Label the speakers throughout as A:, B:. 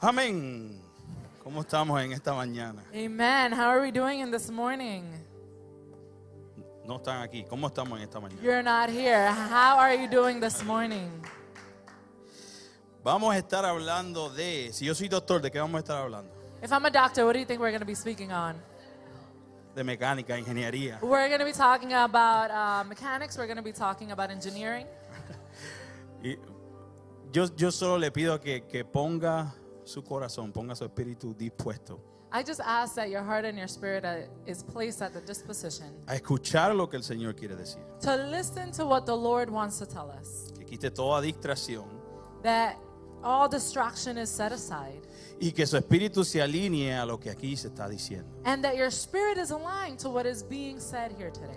A: Amén. ¿Cómo estamos en esta mañana?
B: Amen. How are we doing in this morning?
A: No están aquí. ¿Cómo estamos en esta mañana?
B: You're not here. How are you doing this morning?
A: Vamos a estar hablando de, si yo soy doctor, ¿de qué vamos a estar hablando?
B: If I'm a doctor, what do you think we're going to be speaking on?
A: De mecánica, ingeniería.
B: We're going to be talking about uh, mechanics. We're going to be talking about engineering.
A: Y yo, yo solo le pido que, que ponga su corazón, ponga su espíritu dispuesto
B: I just ask that your heart and your spirit uh, is placed at the disposition
A: a escuchar lo que el Señor quiere decir.
B: to listen to what the Lord wants to tell us.
A: Que quite toda distracción
B: That all distraction is set aside
A: y que su espíritu se alinee a lo que aquí se está diciendo.
B: and that your spirit is aligned to what is being said here today.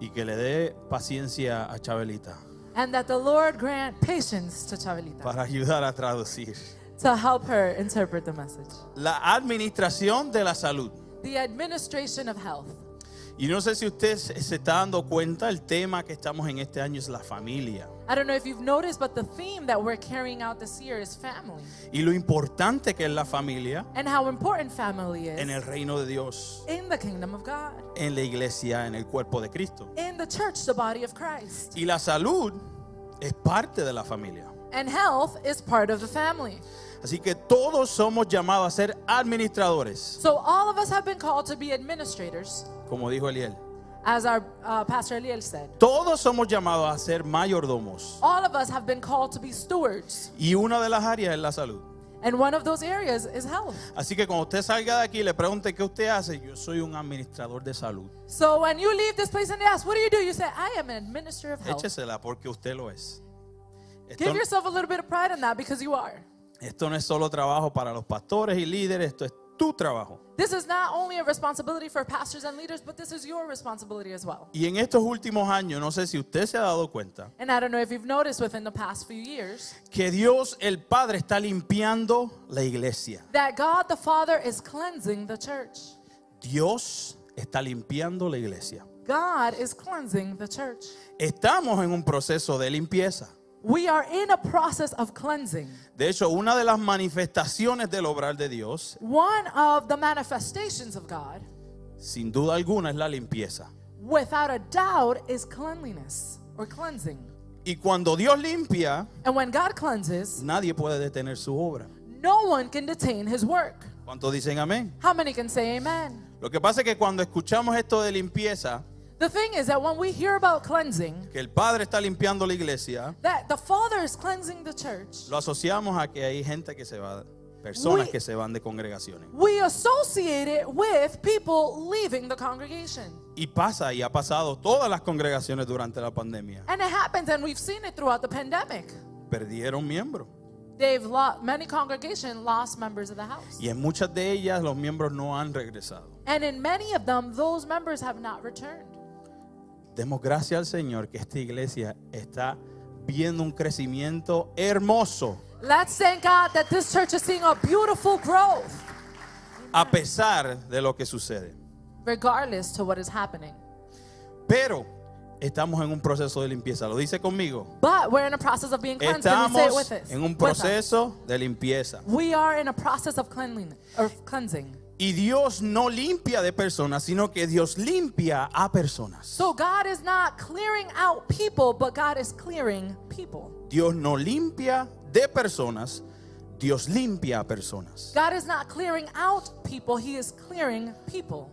A: Y que le dé paciencia a Chabelita
B: And that the Lord grant patience to Chavelita
A: para ayudar a traducir.
B: to help her interpret the message.
A: La administración de la salud.
B: The administration of health.
A: Y no sé si usted se se está dando cuenta, el tema que estamos en este año es la familia.
B: I don't know if you've noticed, but the theme that we're carrying out this year is family
A: Y lo importante que es la familia
B: and how important family is
A: en el reino de Dios,
B: in the kingdom of God,
A: en la iglesia, en el cuerpo de Cristo.
B: in the church, the body of Christ.
A: Y la salud es parte de la familia.
B: And health is part of the family.
A: Así que todos somos llamados a ser administradores,
B: So all of us have been called to be administrators,
A: como dijo Eliel.
B: as our uh, Pastor Eliel said.
A: Todos somos llamados a ser mayordomos.
B: All of us have been called to be stewards,
A: Y una de las áreas es la salud.
B: and one of those areas is health.
A: Así que cuando usted salga de aquí y le pregunte qué usted hace, yo soy un administrador de salud.
B: So when you leave this place and they ask, what do you do? You say, I am an administrator of health.
A: Échesela porque usted lo es. Esto,
B: Give yourself a little bit of pride in that because you are.
A: esto no es solo trabajo para los pastores y líderes, esto es tu trabajo.
B: This is not only a responsibility for pastors and leaders, but this is your responsibility as well.
A: Y en estos últimos años, no sé si usted se ha dado cuenta,
B: And I don't know if you've noticed within the past few years
A: que Dios el Padre está limpiando la iglesia.
B: that God the Father is cleansing the church.
A: Dios está limpiando la iglesia.
B: God is cleansing the church.
A: Estamos en un proceso de limpieza.
B: We are in a process of cleansing.
A: De hecho, una de las manifestaciones del obrar de Dios,
B: One of the manifestations of God,
A: sin duda alguna, es la limpieza.
B: without a doubt, is cleanliness or cleansing.
A: Y cuando Dios limpia,
B: And when God cleanses,
A: nadie puede detener su obra.
B: no one can detain his work.
A: ¿Cuántos dicen amén?
B: How many can say amen?
A: Lo que pasa es que cuando escuchamos esto de limpieza,
B: The thing is that when we hear about cleansing,
A: que el Padre está limpiando la iglesia,
B: that the Father is cleansing the church,
A: lo asociamos a que hay gente que se va, personas
B: We-
A: que se van de congregaciones.
B: we associate it with people leaving the congregation.
A: Y pasa y ha pasado todas las congregaciones durante la pandemia.
B: And it happens, and we've seen it throughout the pandemic.
A: Perdieron miembros.
B: They've lost, many congregation lost members of the house.
A: Y en muchas de ellas los miembros no han regresado.
B: And in many of them, those members have not returned.
A: Demos gracias al Señor que esta iglesia está viendo un crecimiento hermoso
B: Let's thank God that this church is seeing a beautiful growth,
A: a pesar de lo que sucede.
B: regardless to what is happening.
A: Pero estamos en un proceso de limpieza. Lo dice conmigo.
B: But we're in a process of being cleansed. Can you say it
A: Estamos
B: with us?
A: en un
B: With us.
A: proceso de limpieza.
B: We are in a process of cleanliness or cleansing.
A: Y Dios no limpia de personas, sino que Dios limpia a personas.
B: So God is not clearing out people, but God is clearing people.
A: Dios no limpia de personas, Dios limpia a personas.
B: God is not clearing out people, He is clearing people.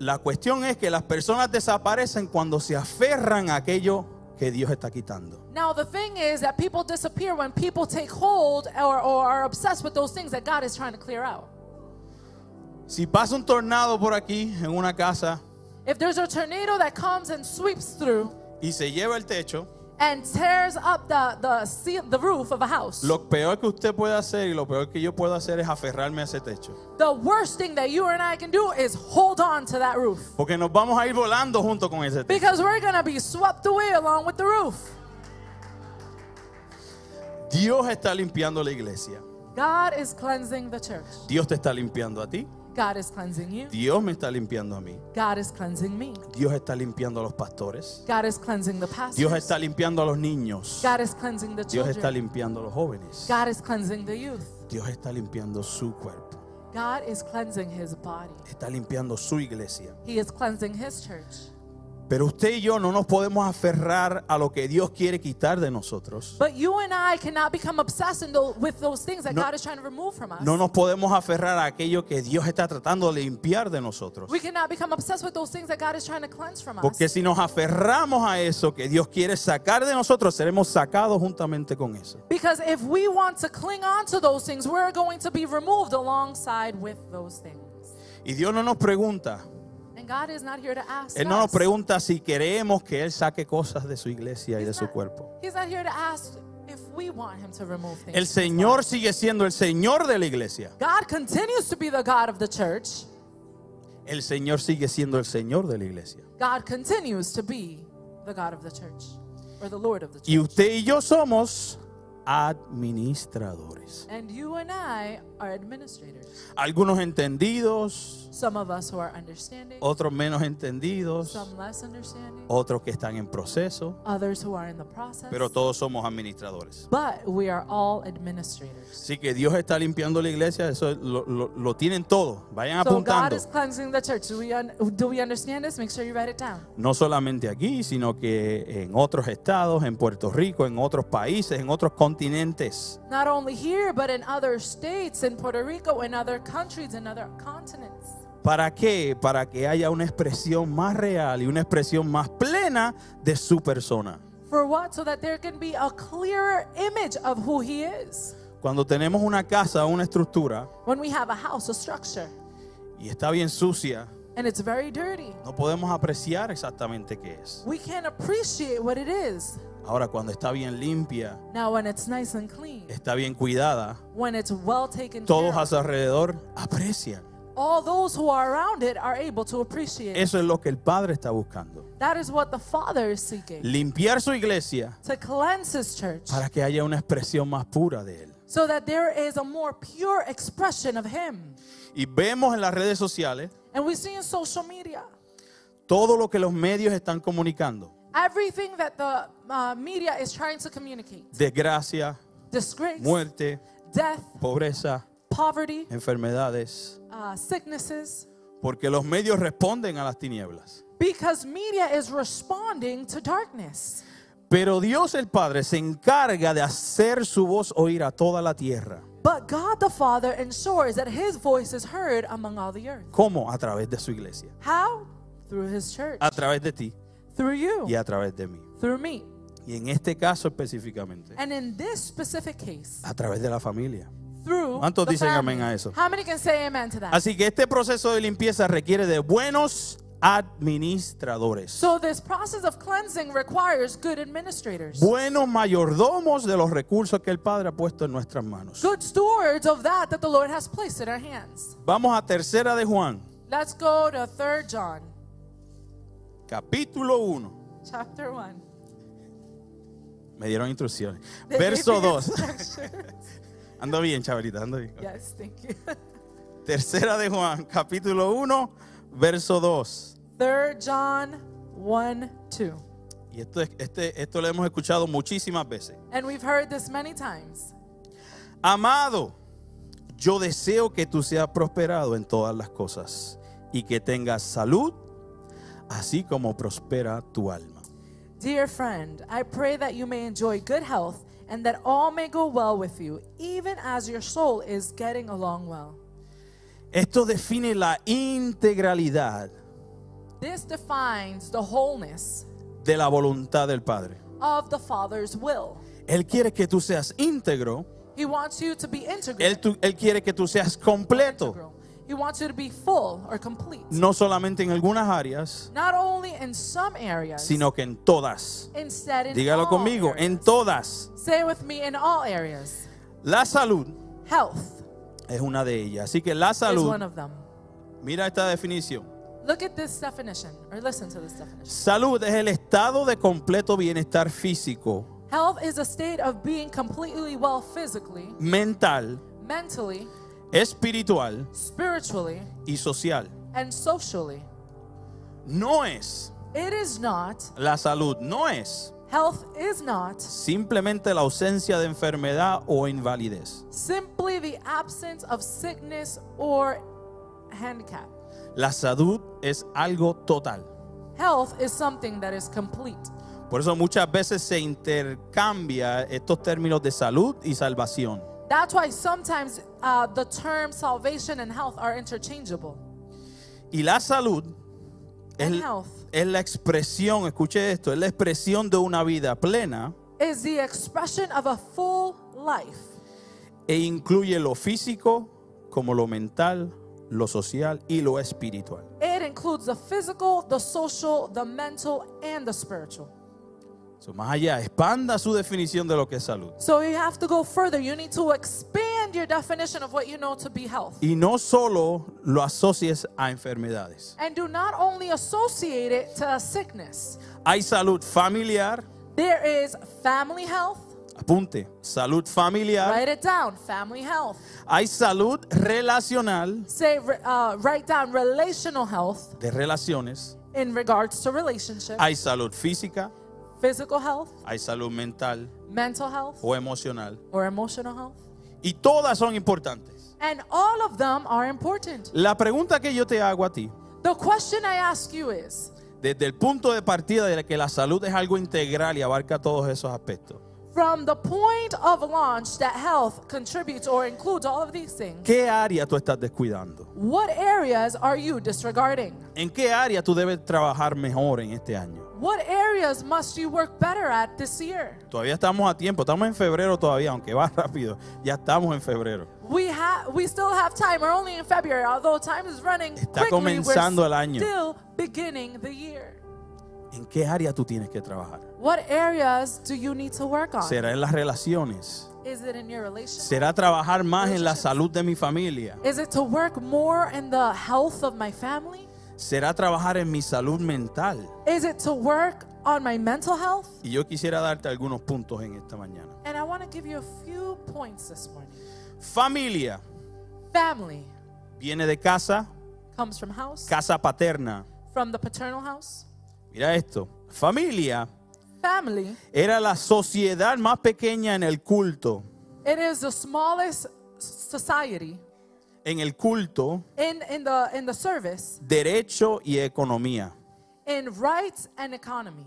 A: La cuestión es que las personas desaparecen cuando se aferran a aquello que Dios está quitando.
B: Now, the thing is that people disappear when people take hold or, or are obsessed with those things that God is trying to clear out.
A: Si pasa un tornado por aquí en una casa
B: If there's a tornado that comes and sweeps through
A: y se lleva el techo,
B: and tears up the, the, seal, the roof of a house,
A: lo peor que usted puede hacer y lo peor que yo puedo hacer es aferrarme a ese techo.
B: the worst thing that you and I can do is hold on to that roof
A: Porque nos vamos a ir volando junto con ese techo.
B: because we're going to be swept away along with the roof.
A: Dios está limpiando la iglesia.
B: God is cleansing the church.
A: Dios te está limpiando a ti.
B: God is cleansing you.
A: Dios me está limpiando a mí.
B: God is cleansing me.
A: Dios está limpiando a los pastores.
B: God is cleansing the
A: Dios
B: pastors.
A: está limpiando a los niños.
B: God is cleansing the
A: Dios está
B: children.
A: limpiando a los jóvenes.
B: God is cleansing the youth.
A: Dios está limpiando su cuerpo,
B: God is cleansing his body.
A: está limpiando su iglesia.
B: He is cleansing his church.
A: Pero usted y yo no nos podemos aferrar a lo que Dios quiere quitar de nosotros.
B: But you and I cannot become obsessed in tho- with those things that
A: No-
B: God is trying to remove from us.
A: No nos podemos aferrar a aquello que Dios está tratando de limpiar de nosotros.
B: We cannot become obsessed with those things that God is trying to cleanse from us.
A: Porque si nos aferramos a eso que Dios quiere sacar de nosotros, seremos sacados juntamente con eso.
B: Because if we want to cling on to those things, we're going to be removed alongside with those things.
A: Y Dios no nos pregunta,
B: And God is not here to ask.
A: Él Eh, no nos
B: us.
A: pregunta si queremos que Él saque cosas de su iglesia y de
B: He's
A: su
B: not-
A: cuerpo.
B: He's not here to ask if we want him to remove things.
A: El Señor sigue siendo el Señor de la iglesia.
B: God continues to be the God of the church.
A: El Señor sigue siendo el Señor de la iglesia.
B: God continues to be the God of the church or the Lord of the church.
A: Y usted y yo somos administradores.
B: And you and I are administrators.
A: Algunos entendidos,
B: Some of us who are understanding,
A: otros menos entendidos,
B: some less understanding,
A: otros que están en proceso,
B: others who are in the process.
A: Oh. pero todos somos administradores.
B: But we are all administrators.
A: Así que Dios está limpiando la iglesia, eso lo, lo- lo tienen todo. Vayan
B: So God
A: apuntando.
B: is cleansing the church. Do we, un- do we understand this? Make sure you write it down.
A: No solamente aquí, sino que en otros estados, en Puerto Rico, en otros países, en otros continentes.
B: Not only here, but in other states, in Puerto Rico, in other countries, in other continents.
A: ¿Para qué? Para que haya una expresión más real y una expresión más plena de su persona.
B: For what? So that there can be a clearer image of who He is.
A: Cuando tenemos una casa, una estructura,
B: When we have a house, a structure,
A: y está bien sucia,
B: and it's very dirty,
A: no podemos apreciar exactamente qué es.
B: we can't appreciate what it is.
A: Ahora, cuando está bien limpia,
B: Now, when it's nice and clean,
A: está bien cuidada,
B: when it's well taken
A: todos
B: care
A: a
B: of,
A: su alrededor aprecian.
B: all those who are around it are able to appreciate it.
A: Eso es lo que el Padre está buscando.
B: That is what the Father is seeking
A: Limpiar su iglesia
B: to cleanse His church.
A: para que haya una expresión más pura de Él.
B: so that there is a more pure expression of him.
A: Y vemos en las redes sociales
B: And we see in social media
A: todo lo que los medios están comunicando.
B: everything that the uh, media is trying to communicate
A: Desgracia,
B: disgrace,
A: muerte,
B: death,
A: pobreza,
B: poverty,
A: enfermedades,
B: uh, sicknesses,
A: porque los medios responden a las tinieblas.
B: because media is responding to darkness.
A: Pero Dios el Padre se encarga de hacer su voz oír a toda la tierra.
B: But God the Father ensures that his voice is heard among all the earth.
A: ¿Cómo? A través de su iglesia,
B: How? Through his church,
A: a través de ti
B: through you,
A: y a través de mí.
B: through me.
A: Y en este caso específicamente,
B: And in this specific case,
A: a través de la familia.
B: through
A: ¿Cuántos
B: the
A: dicen
B: family.
A: amén a eso?
B: How many can say amen to that?
A: Así que este proceso de limpieza requiere de buenos administradores,
B: So this process of cleansing requires good administrators,
A: buenos mayordomos de los recursos que el Padre ha puesto en nuestras manos.
B: good stewards of that that the Lord has placed in our hands.
A: Vamos a tercera de Juan,
B: Let's go to 3 John
A: capítulo 1.
B: chapter 1.
A: Me dieron instrucciones.
B: They
A: Verso
B: gave me
A: 2.
B: instructions.
A: Ando bien, chavalita, ando bien.
B: yes, thank you.
A: Tercera de Juan, capítulo 1, verso 2.
B: 3 John 1 2.
A: Y esto, es- este, esto lo hemos escuchado muchísimas veces.
B: And we've heard this many times.
A: Amado, yo deseo que tú seas prosperado en todas las cosas y que tengas salud, así como prospera tu alma.
B: Dear friend, I pray that you may enjoy good health and that all may go well with you, even as your soul is getting along well.
A: Esto define la integralidad
B: This defines the wholeness
A: de la voluntad del Padre.
B: of the Father's will.
A: Él quiere que tú seas íntegro,
B: He wants you to be integral.
A: Él, tú- él quiere que tú seas completo.
B: integral. He wants you to be full or complete.
A: no solamente en algunas áreas,
B: Not only in some areas,
A: sino que en todas.
B: instead in
A: Dígalo
B: all
A: conmigo,
B: areas.
A: en todas.
B: Say it with me, in all areas.
A: La salud
B: Health
A: es una de ellas. Así que la
B: is
A: salud,
B: one of them.
A: mira esta definición.
B: Look at this definition, or listen to this definition.
A: Salud es el estado de completo bienestar físico,
B: Health is a state of being completely well physically,
A: mental,
B: mentally,
A: espiritual
B: spiritually,
A: y social.
B: and socially.
A: No es
B: It is not,
A: la salud, no es
B: Health is not
A: simplemente la ausencia de enfermedad o invalidez.
B: simply the absence of sickness or handicap.
A: La salud es algo total.
B: Health is something that is complete.
A: Por eso muchas veces se intercambia estos términos de salud y salvación.
B: That's why sometimes uh, the term salvation and health are interchangeable.
A: Y la salud es,
B: And health.
A: es la expresión, escuche esto, es la expresión de una vida plena
B: Is the expression of a full life.
A: e incluye lo físico como lo mental, lo social y lo espiritual.
B: It includes the physical, the social, the mental, and the spiritual.
A: So, más allá, expanda su definición de lo que es salud.
B: So you have to go further. You need to expand your definition of what you know to be health.
A: Y no solo lo asocies a enfermedades.
B: And do not only associate it to a sickness.
A: Hay salud familiar,
B: There is family health.
A: apunte, salud familiar.
B: Write it down. Family health.
A: Hay salud relacional,
B: Say, re- uh, write down relational health
A: de relaciones.
B: in regards to relationship,
A: Hay salud física,
B: physical health,
A: hay salud mental
B: mental health,
A: o emocional.
B: or emotional health.
A: Y todas son importantes.
B: And all of them are important.
A: La pregunta que yo te hago a ti,
B: The question I ask you is
A: desde el punto de partida de que la salud es algo integral y abarca todos esos aspectos,
B: from the point of launch that health contributes or includes all of these things,
A: ¿qué área tú estás descuidando?
B: what areas are you disregarding?
A: ¿En qué área tú debes trabajar mejor en este año?
B: What areas must you work better at this year?
A: Todavía estamos a tiempo, estamos en febrero todavía, aunque va rápido, ya estamos en febrero.
B: We have we still have time. We're only in February, although time is running
A: Está
B: quickly.
A: comenzando el
B: we're
A: año.
B: still beginning the year.
A: ¿En qué área tú tienes que trabajar?
B: What areas do you need to work on?
A: ¿Será en las relaciones?
B: Is it in your relationship?
A: ¿Será trabajar más en la salud de mi familia?
B: Is it to work more in the health of my family?
A: ¿Será trabajar en mi salud mental?
B: Is it to work on my mental health?
A: Y yo quisiera darte algunos puntos en esta mañana.
B: And I want to give you a few points this morning.
A: Familia
B: Family
A: viene de casa,
B: comes from house,
A: casa paterna.
B: from the paternal house.
A: Mira esto. Familia
B: Family,
A: era la sociedad más pequeña en el culto.
B: it is the smallest society
A: En el culto,
B: in, in, the, in the service,
A: derecho y economía.
B: in rights and economy.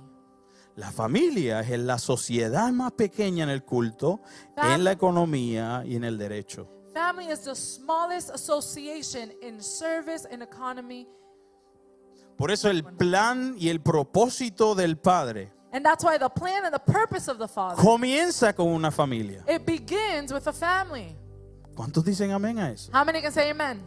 A: La familia es la sociedad más pequeña en el culto, en la economía y en el derecho.
B: Family is the smallest association in service and economy.
A: Por eso el plan y el propósito del Padre
B: And that's why the plan and the purpose of the Father,
A: comienza con una familia.
B: it begins with a family.
A: ¿Cuántos dicen amén a eso?
B: How many can say amen?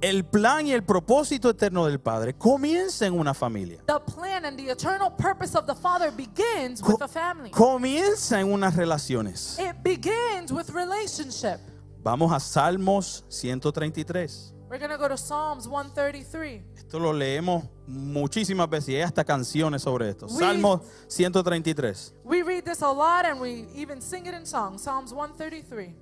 A: El plan y el propósito eterno del Padre comienza en una familia.
B: The plan and the eternal purpose of the Father begins
A: Co-
B: with a family.
A: Comienza en unas relaciones.
B: It begins with relationship.
A: Vamos a Salmos 133.
B: We're going to go to Psalms 133.
A: Esto lo leemos muchísimas veces y hay hasta canciones sobre esto.
B: We-
A: Salmos 133.
B: We read this a lot and we even sing it in song. Psalms 133.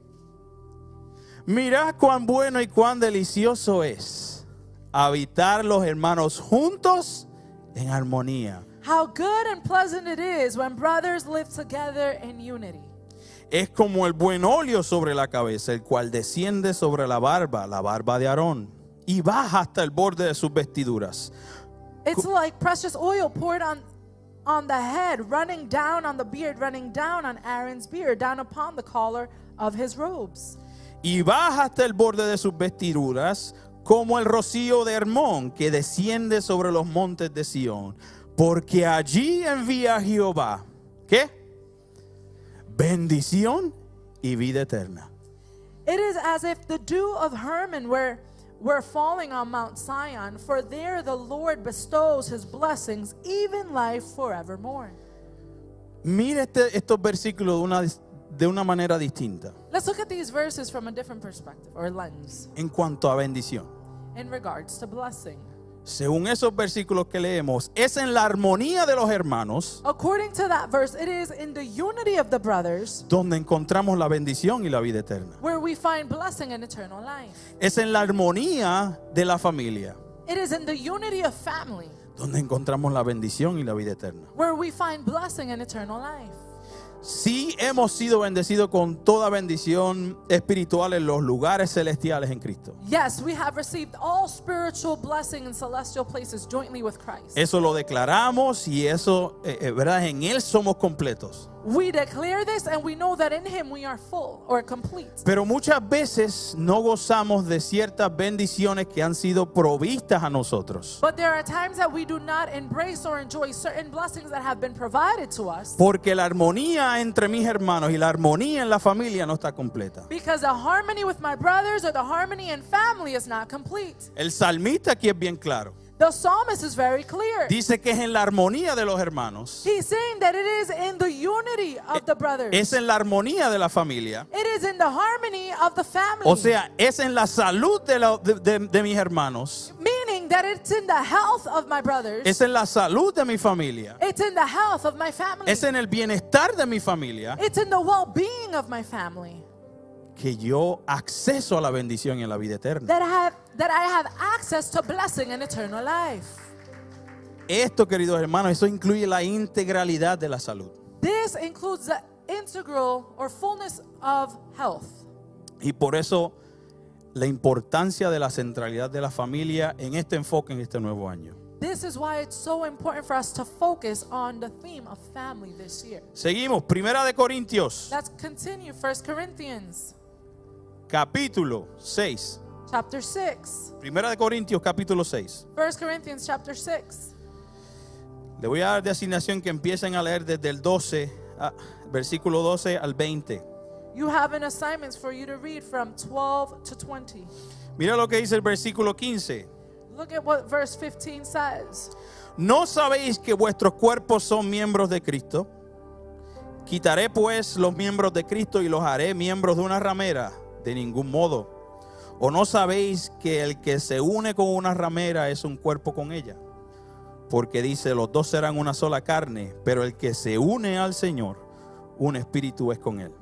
A: Mirad cuán bueno y cuán delicioso es habitar los hermanos juntos en armonía.
B: How good and pleasant it is when brothers live together in unity.
A: Es como el buen óleo sobre la cabeza, el cual desciende sobre la barba, la barba de Aarón, y baja hasta el borde de sus vestiduras.
B: It's like precious oil poured on on the head, running down on the beard, running down on Aaron's beard, down upon the collar of his robes.
A: Y baja hasta el borde de sus vestiduras, como el rocío de Hermón, que desciende sobre los montes de Sión. Porque allí envía Jehová, ¿qué? Bendición y vida eterna.
B: It is as if the dew of Hermon were, were falling on Mount Sion, for there the Lord bestows his blessings, even life forevermore.
A: Mira este- estos versículos de una, de una manera distinta
B: Let's look at these verses from a different perspective or lens
A: en cuanto a bendición.
B: in regards to blessing.
A: Según esos versículos que leemos, es en la armonía de los hermanos
B: According to that verse, it is in the unity of the brothers
A: donde encontramos la bendición y la vida eterna.
B: where we find blessing and eternal life.
A: Es en la armonía de la familia
B: It is in the unity of family
A: donde encontramos la bendición y la vida eterna.
B: where we find blessing and eternal life.
A: Si hemos sido bendecidos con toda bendición espiritual en los lugares celestiales en Cristo.
B: Yes, we have received all spiritual blessing in celestial places jointly with Christ.
A: Eso lo declaramos y eso, eh, eh, ¿verdad? En Él somos completos.
B: We declare this and we know that in Him we are full or complete.
A: Pero muchas veces no gozamos de ciertas bendiciones que han sido provistas a nosotros.
B: But there are times that we do not embrace or enjoy certain blessings that have been provided to us
A: Porque la armonía entre mis hermanos y la armonía en la familia no está completa.
B: because the harmony with my brothers or the harmony in family is not complete.
A: El salmista aquí es bien claro.
B: The psalmist is very clear.
A: Dice que es en la armonía de los hermanos.
B: He's saying that it is in the unity of the brothers.
A: Es en la armonía de la familia.
B: It is in the harmony of the family.
A: O sea, es en la salud de, la- de- de- de mis hermanos.
B: meaning that it's in the health of my brothers.
A: Es en la salud de mi familia.
B: It's in the health of my family.
A: Es en el bienestar de mi familia
B: It's in the well-being of my family
A: que yo acceso a la bendición y a la vida eterna.
B: that I have that I have access to blessing and eternal life.
A: Esto, queridos hermanos, eso incluye la integralidad de la salud.
B: This includes the integral or fullness of health.
A: Y por eso la importancia de la centralidad de la familia en este enfoque en este nuevo año.
B: This is why it's so important for us to focus on the theme of family this year.
A: Seguimos, Primera de Corintios,
B: Let's continue 1 Corinthians
A: capítulo 6.
B: chapter 6.
A: Primera de Corintios, capítulo 6.
B: 1 Corinthians chapter 6.
A: Le voy a dar de asignación que empiecen a leer desde el 12, a- versículo 12 al 20.
B: You have an assignment for you to read from 12 to 20.
A: Mira lo que dice el versículo 15.
B: Look at what verse 15 says.
A: ¿No sabéis que vuestros cuerpos son miembros de Cristo? Quitaré pues los miembros de Cristo y los haré miembros de una ramera, de ningún modo. ¿O no sabéis que el que se une con una ramera es un cuerpo con ella? Porque dice, los dos serán una sola carne, pero el que se une al Señor, un espíritu es con él.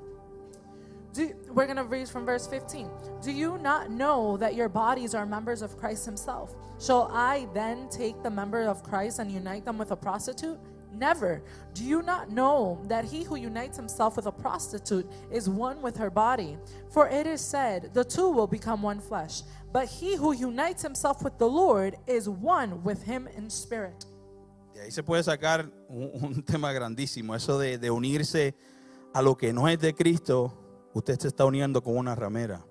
B: Do, we're going to read from verse 15. Do you not know that your bodies are members of Christ himself? Shall I then take the member of Christ and unite them with a prostitute? Never. Do you not know that he who unites himself with a prostitute is one with her body? For it is said, the two will become one flesh. But he who unites himself with the Lord is one with him in spirit.
A: De ahí se puede sacar un, un tema grandísimo, eso de, de unirse a lo que no es de Cristo, usted se está uniendo con una ramera.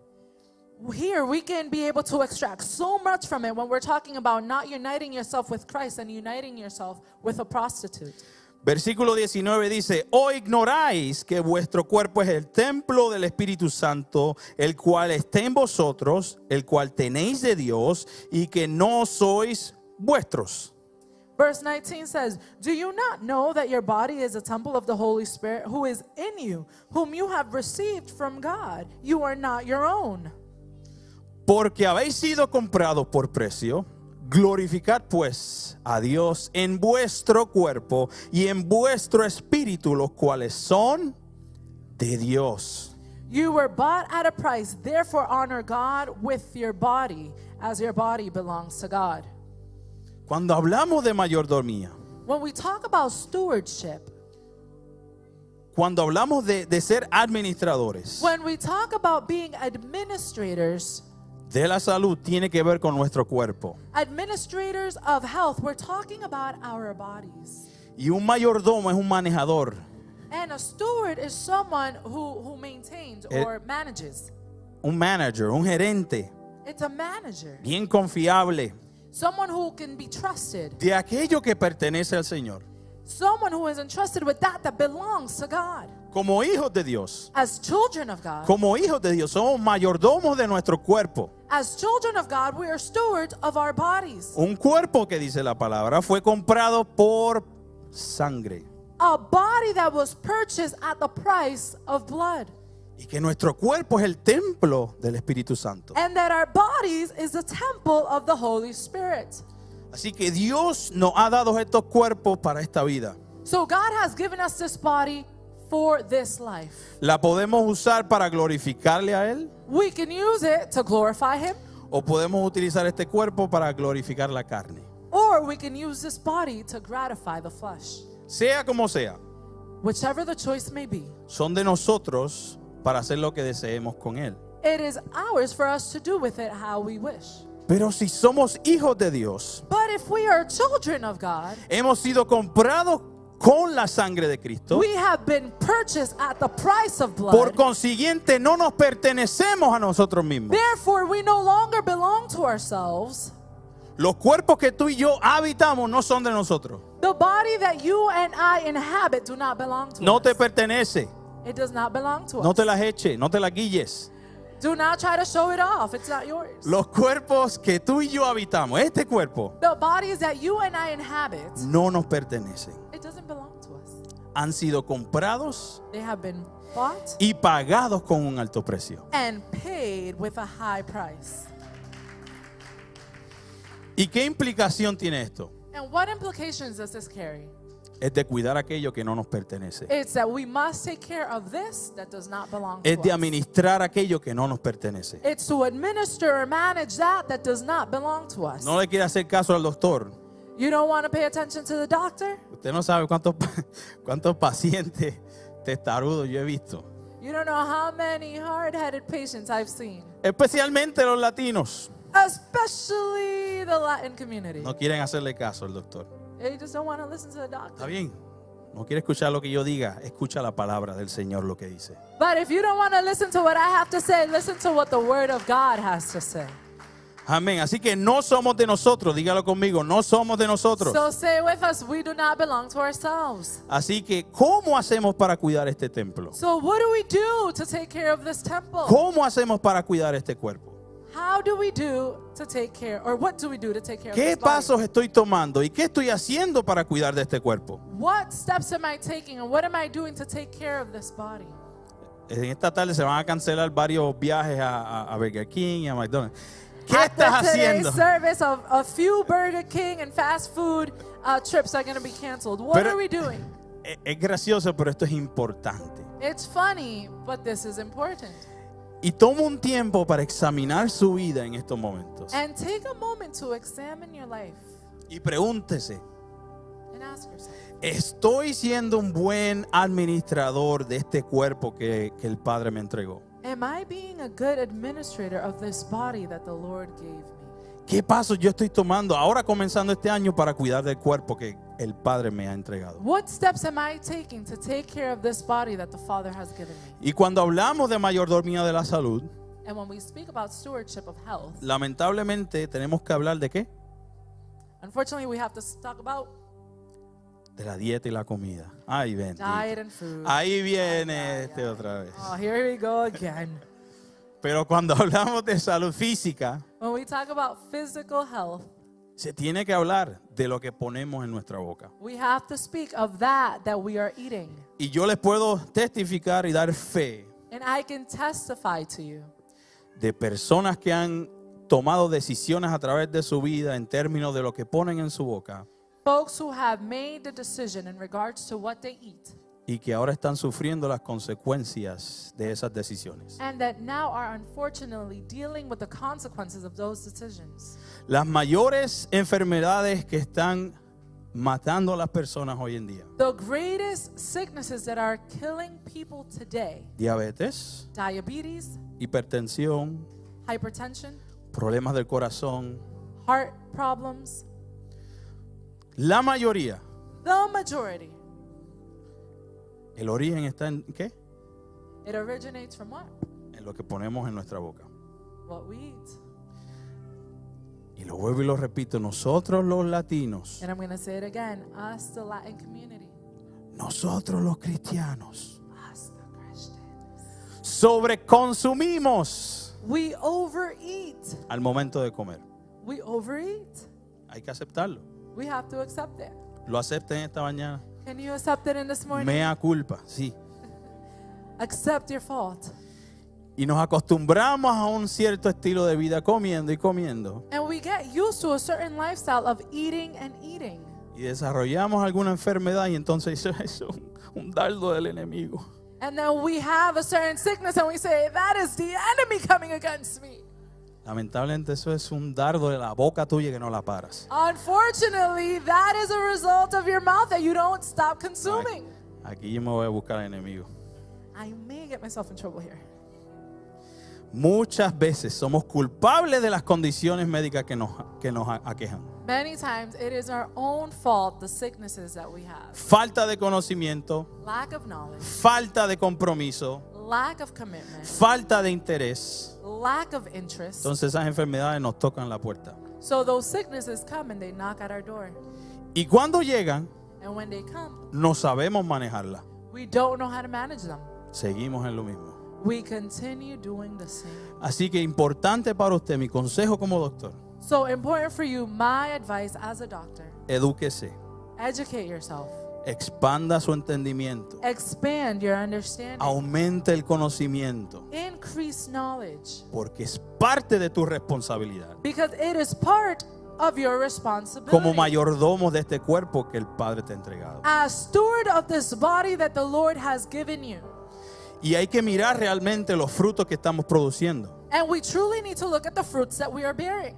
B: Here we can be able to extract so much from it when we're talking about not uniting yourself with Christ and uniting yourself with a prostitute.
A: Versículo 19 dice, o ignoráis que vuestro cuerpo es el templo del Espíritu Santo, el cual está en vosotros, el cual tenéis de Dios y que no sois vuestros.
B: Verse 19 says, Do you not know that your body is a temple of the Holy Spirit who is in you, whom you have received from God? You are not your own.
A: Porque habéis sido comprados por precio. Glorificad pues a Dios en vuestro cuerpo y en vuestro espíritu, los cuales son de Dios.
B: You were bought at a price, therefore honor God with your body, as your body belongs to God.
A: Cuando hablamos de mayordomía,
B: When we talk about stewardship,
A: cuando hablamos de, de ser administradores,
B: when we talk about being administrators,
A: de la salud tiene que ver con nuestro cuerpo.
B: administrators of health, we're talking about our bodies.
A: Y un mayordomo es un manejador,
B: And a steward is someone who, who maintains
A: Eh.
B: or manages.
A: un manager, un gerente,
B: It's a manager,
A: bien confiable,
B: someone who can be trusted,
A: de aquello que pertenece al Señor.
B: someone who is entrusted with that that belongs to God.
A: Como hijos de Dios,
B: As children of God,
A: como hijos de Dios, somos mayordomos de nuestro cuerpo.
B: as children of God, we are stewards of our bodies.
A: Un cuerpo que dice la palabra fue comprado por sangre.
B: A body that was purchased at the price of blood.
A: Y que nuestro cuerpo es el templo del Espíritu Santo.
B: And that our bodies is the temple of the Holy Spirit.
A: Así que Dios nos ha dado estos cuerpos para esta vida.
B: So God has given us this body for this life.
A: La podemos usar para glorificarle a Él
B: We can use it to glorify Him,
A: o podemos utilizar este cuerpo para glorificar la carne.
B: Or we can use this body to gratify the flesh.
A: Sea como sea,
B: Whichever the choice may be,
A: son de nosotros para hacer lo que deseemos con él.
B: it is ours for us to do with it how we wish.
A: Pero si somos hijos de Dios,
B: But if we are children of God,
A: hemos sido comprados con la sangre de Cristo.
B: we have been purchased at the price of
A: Por
B: blood.
A: consiguiente, no nos pertenecemos a nosotros mismos.
B: Therefore, we no longer belong to ourselves.
A: Los cuerpos que tú y yo habitamos no son de nosotros.
B: The body that you and I inhabit do not belong to
A: No
B: us.
A: te pertenece.
B: It does not belong to
A: No
B: us.
A: te las eches, no te las guilles.
B: Do not try to show it off. It's not yours.
A: Los cuerpos que tú y yo habitamos, este cuerpo,
B: The bodies that you and I inhabit,
A: no nos pertenecen.
B: it doesn't belong to us.
A: Han sido comprados
B: They have been bought
A: y pagados con un alto precio.
B: and paid with a high price.
A: ¿Y qué implicación tiene esto?
B: And what implications does this carry?
A: Es de cuidar aquello que no nos pertenece.
B: It's that we must take care of this that does not belong to
A: Es de
B: us.
A: administrar aquello que no nos pertenece.
B: It's to administer or manage that that does not belong to us.
A: No le quiere hacer caso al doctor.
B: You don't want to pay attention to the doctor?
A: Usted no sabe cuántos, pa- cuántos pacientes testarudos yo he visto.
B: You don't know how many hard-headed patients I've seen,
A: Especialmente los latinos.
B: especially the Latin community.
A: No quieren hacerle caso al doctor.
B: They just don't want to listen to the
A: Está
B: doctor.
A: bien. No quiere escuchar lo que yo diga. Escucha la palabra del Señor lo que dice.
B: But if you don't want to listen to what I have to say, listen to what the Word of God has to say.
A: Amén. Así que no somos de nosotros. Dígalo conmigo. No somos de nosotros.
B: So say with us, we do not belong to ourselves.
A: Así que, ¿cómo hacemos para cuidar este templo?
B: So what do we do to take care of this temple?
A: ¿Cómo hacemos para cuidar este cuerpo?
B: How do we do to take care, or what do we do to take care of
A: ¿Qué
B: this body?
A: pasos estoy tomando y qué estoy haciendo para cuidar de este cuerpo?
B: What steps am I taking, and what am I doing to take care of this body?
A: En esta tarde se van a cancelar varios viajes a, a- a Burger King y a McDonald's. Ah, ¿Qué
B: After
A: estás
B: today's
A: haciendo?
B: service of a few Burger King and fast food uh, trips are going to be canceled. What
A: Pero-
B: are we doing?
A: Es, es gracioso, pero esto es importante.
B: It's funny, but this is important.
A: Y toma un tiempo para examinar su vida en estos momentos.
B: And take a moment to examine your life
A: Y pregúntese,
B: and ask yourself,
A: ¿estoy siendo un buen administrador de este cuerpo que, que el Padre me entregó?
B: am I being a good administrator of this body that the Lord gave me?
A: ¿Qué pasos yo estoy tomando ahora comenzando este año para cuidar del cuerpo que el Padre me ha entregado?
B: What steps am I taking to take care of this body that the Father has given me?
A: Y cuando hablamos de mayordomía de la salud,
B: And when we speak about stewardship of health,
A: lamentablemente tenemos que hablar de qué?
B: unfortunately, we have to s- talk about
A: De la dieta y la comida. Ay, bendito.
B: diet and food.
A: Ahí viene este otra vez.
B: Oh, here we go again.
A: Pero cuando hablamos de salud física,
B: When we talk about physical health,
A: se tiene que hablar de lo que ponemos en nuestra boca.
B: we have to speak of that that we are eating.
A: Y yo les puedo testificar y dar fe
B: And I can testify to you
A: de personas que han tomado decisiones a través de su vida en términos de lo que ponen en su boca
B: folks who have made the decision in regards to what they eat
A: y que ahora están sufriendo las consecuencias de esas decisiones.
B: and that now are unfortunately dealing with the consequences of those decisions.
A: Las mayores enfermedades que están matando a las personas hoy en día.
B: The greatest sicknesses that are killing people today
A: Diabetes,
B: diabetes,
A: hipertensión,
B: hypertension,
A: problemas del corazón.
B: heart problems.
A: La mayoría,
B: The majority,
A: el origen está en qué?
B: it originates from what?
A: En lo que ponemos en nuestra boca.
B: What we eat.
A: Y lo vuelvo y lo repito, nosotros los latinos,
B: And I'm going to say it again us, the Latin community,
A: nosotros los cristianos,
B: us, the Christians.
A: sobreconsumimos
B: We overeat.
A: al momento de comer.
B: We overeat.
A: Hay que aceptarlo.
B: We have to accept it.
A: Lo acepten esta mañana.
B: Can you accept it in this morning?
A: Mea culpa, sí.
B: Accept your fault.
A: Y nos acostumbramos a un cierto estilo de vida comiendo y comiendo.
B: And we get used to a certain lifestyle of eating and eating.
A: Y desarrollamos alguna enfermedad y entonces eso es un, un dardo del enemigo.
B: And then we have a certain sickness and we say, That is the enemy coming against me.
A: Lamentablemente eso es un dardo de la boca tuya que no la paras.
B: Unfortunately, that is a result of your mouth that you don't stop
A: Aquí,
B: consuming.
A: aquí yo me voy a buscar al enemigo.
B: I may get myself in trouble here.
A: Muchas veces somos culpables de las condiciones médicas que nos, que nos a- aquejan.
B: Many times it is our own fault, the sicknesses that we have.
A: Falta de conocimiento,
B: Lack of knowledge,
A: falta de compromiso,
B: lack of commitment,
A: falta de interés.
B: lack of interest.
A: Entonces esas enfermedades nos tocan la puerta.
B: So those sicknesses come and they knock at our door.
A: Y cuando llegan,
B: And when they come,
A: no sabemos manejarlas.
B: we don't know how to manage them.
A: Seguimos en lo mismo.
B: We continue doing the same.
A: Así que importante para usted, mi consejo como doctor,
B: So important for you, my advice as a doctor,
A: edúquese,
B: educate yourself.
A: expanda su entendimiento,
B: Expand your understanding.
A: aumente el conocimiento,
B: Increase knowledge.
A: porque es parte de tu responsabilidad
B: Because it is part of your
A: como
B: responsibility.
A: mayordomo de este cuerpo que el Padre te ha entregado.
B: as steward of this body that the Lord has given you.
A: Y hay que mirar realmente los frutos que estamos produciendo.
B: And we truly need to look at the fruits that we are bearing.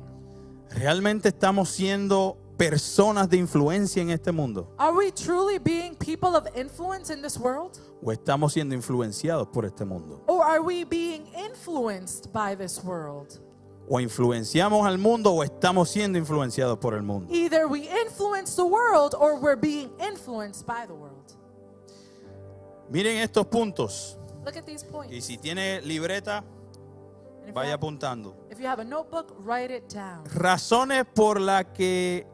A: ¿Realmente estamos siendo personas de influencia en este mundo?
B: Are we truly being people of influence in this world?
A: ¿O estamos siendo influenciados por este mundo?
B: Or are we being influenced by this world?
A: ¿O influenciamos al mundo o estamos siendo influenciados por el mundo?
B: Either we influence the world or we're being influenced by the world.
A: Miren estos puntos.
B: Look at these
A: Y
B: points.
A: si tiene libreta,
B: And if, you
A: vaya
B: have,
A: apuntando.
B: if you have a notebook, write it down.
A: Razones por las que...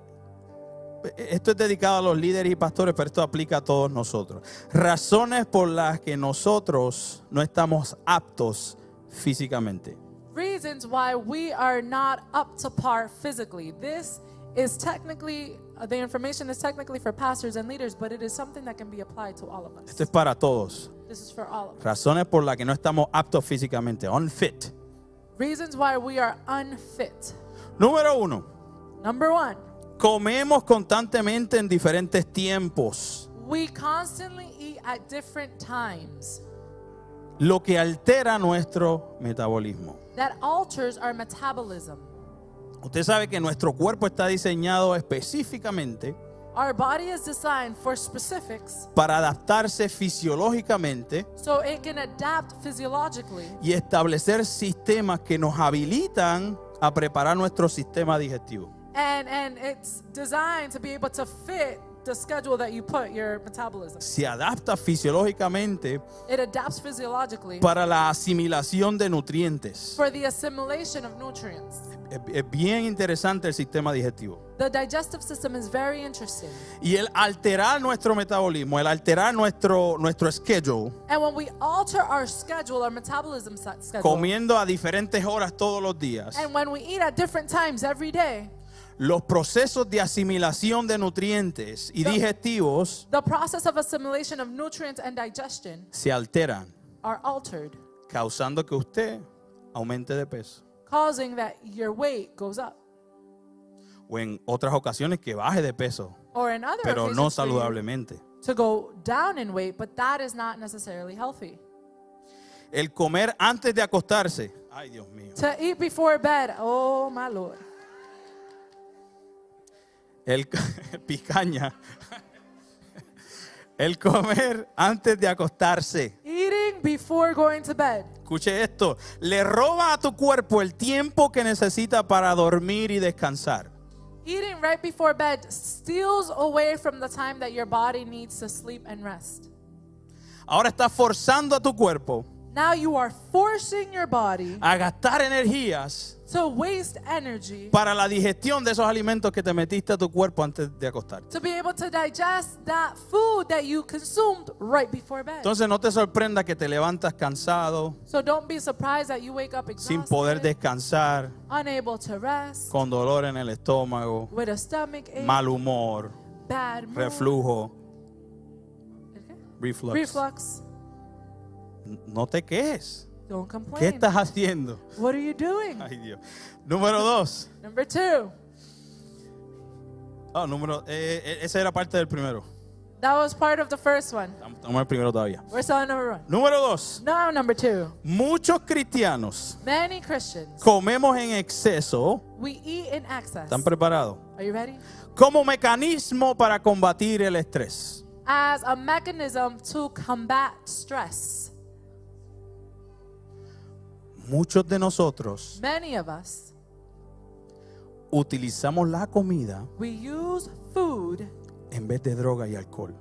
A: Esto es dedicado a los líderes y pastores, pero esto aplica a todos nosotros. Razones por las que nosotros no estamos aptos físicamente.
B: Reasons why we are not up to par physically. This is technically, uh, the information is technically for pastors and leaders, but it is something that can be applied to all of us.
A: Esto es para todos.
B: This is for all of us.
A: Razones por las que no estamos aptos físicamente. Unfit.
B: Reasons why we are unfit.
A: Número uno.
B: Number one,
A: Comemos constantemente en diferentes tiempos,
B: we constantly eat at different times.
A: lo que altera nuestro metabolismo.
B: That alters our metabolism.
A: Usted sabe que nuestro cuerpo está diseñado específicamente
B: Our body is designed for specifics
A: para adaptarse fisiológicamente
B: so it can adapt physiologically
A: y establecer sistemas que nos habilitan a preparar nuestro sistema digestivo.
B: and and it's designed to be able to fit the schedule that you put your metabolism.
A: Se adapta fisiológicamente
B: It adapts physiologically
A: para la asimilación de nutrientes.
B: for the assimilation of nutrients.
A: Es, es bien interesante el sistema digestivo.
B: The digestive system is very interesting.
A: Y el alterar nuestro metabolismo, el alterar nuestro, nuestro schedule,
B: And when we alter our schedule, our metabolism se- schedule,
A: comiendo a diferentes horas todos los días,
B: and when we eat at different times every day,
A: los procesos de asimilación de nutrientes y digestivos
B: the process of assimilation of nutrients and digestion
A: se alteran,
B: are altered,
A: causando que usted aumente de peso.
B: causing that your weight goes up.
A: O en otras ocasiones que baje de peso,
B: Or in other
A: pero no
B: occasions for you
A: saludablemente.
B: to go down in weight, but that is not necessarily healthy.
A: El comer antes de acostarse. Ay, Dios mío.
B: To eat before bed, oh my lord.
A: El picaña. El comer antes de acostarse.
B: Eating before going to bed.
A: Escuche esto, le roba a tu cuerpo el tiempo que necesita para dormir y descansar.
B: Eating right before bed steals away from the time that your body needs to sleep and rest.
A: Ahora estás forzando a tu cuerpo
B: Now you are forcing your body
A: a gastar energías
B: to waste energy
A: para la digestión de esos alimentos que te metiste a tu cuerpo antes de acostarte.
B: to be able to digest that food that you consumed right before bed.
A: Entonces no te sorprenda que te levantas cansado,
B: So don't be surprised that you wake up
A: sin poder
B: exhausted,
A: descansar,
B: unable to rest,
A: con dolor en el estómago,
B: with a stomach ache,
A: mal humor,
B: bad mood,
A: reflujo, reflux.
B: reflux.
A: No te quejes.
B: Don't
A: ¿Qué
B: complain.
A: estás haciendo?
B: What are you doing?
A: Ay Dios. Número dos.
B: Number two,
A: Ah, número. eh, eh, esa era parte del primero.
B: That was part of the first one.
A: Estamos en el primero todavía.
B: We're still on number one.
A: Número dos,
B: Now, number two.
A: muchos cristianos
B: Many Christians,
A: comemos en exceso.
B: we eat in excess.
A: ¿Están preparados?
B: Are you ready?
A: Como mecanismo para combatir el estrés.
B: As a mechanism to combat stress.
A: Muchos de nosotros
B: Many of us,
A: utilizamos la comida
B: we use food
A: en vez de droga y alcohol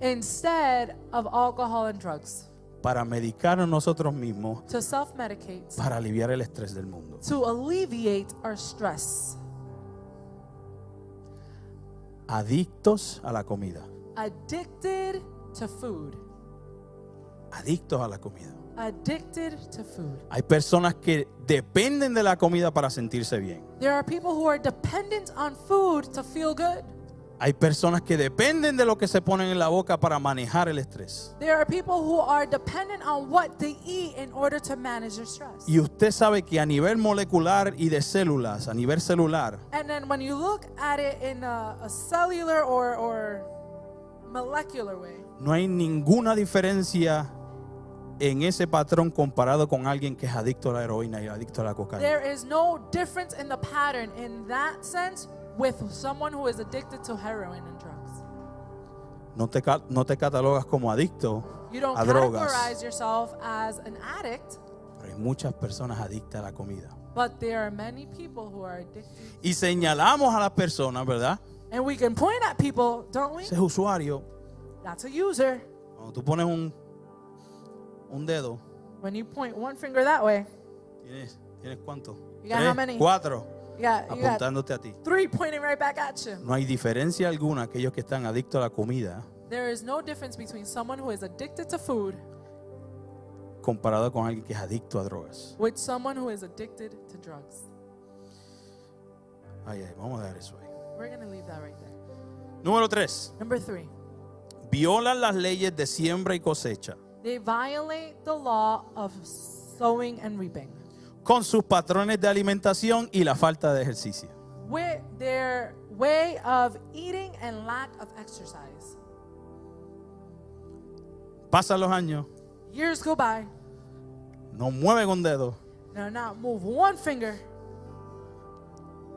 B: instead of alcohol and drugs
A: para medicarnos nosotros mismos
B: to self medicate,
A: para aliviar el estrés del mundo.
B: to alleviate our stress.
A: Adictos a la comida.
B: Addicted to food.
A: Adictos a la comida.
B: Addicted to food.
A: Hay personas que dependen de la comida para sentirse bien.
B: There are people who are dependent on food to feel good.
A: Hay personas que dependen de lo que se ponen en la boca para manejar el estrés.
B: There are people who are dependent on what they eat in order to manage their stress.
A: Y usted sabe que a nivel molecular y de células, a nivel celular,
B: And then when you look at it in a, a cellular or, or molecular way,
A: no hay ninguna diferencia en ese patrón comparado con alguien que es adicto a la heroína y adicto a la cocaína.
B: there is no difference in the pattern in that sense with someone who is addicted to heroin and drugs.
A: No te, ca- no te catalogas como adicto
B: You don't
A: a drogas.
B: categorize yourself as an addict,
A: Pero hay muchas personas adictas a la comida.
B: but there are many people who are addicted.
A: Y señalamos a las personas, ¿verdad?
B: And we can point at people, don't we?
A: Ese es usuario.
B: That's a user.
A: Cuando tú pones un, un dedo,
B: When you point one finger that way,
A: ¿tienes, ¿tienes cuánto?
B: You got how many?
A: cuatro,
B: you got, you got
A: apuntándote a ti.
B: three pointing right back at you.
A: No hay diferencia alguna aquellos que están adictos a la comida
B: There is no difference between someone who is addicted to food
A: comparado con alguien que es adicto a drogas.
B: with someone who is addicted to drugs.
A: Ay, ay, vamos a dejar eso ahí.
B: We're going to leave that right there.
A: Número tres,
B: Number three,
A: violan las leyes de siembra y cosecha
B: they violate the law of sowing and reaping
A: con sus patrones de alimentación y la falta de ejercicio.
B: with their way of eating and lack of exercise.
A: Pasan los años,
B: Years go by,
A: no mueven un dedo,
B: they're not move one finger,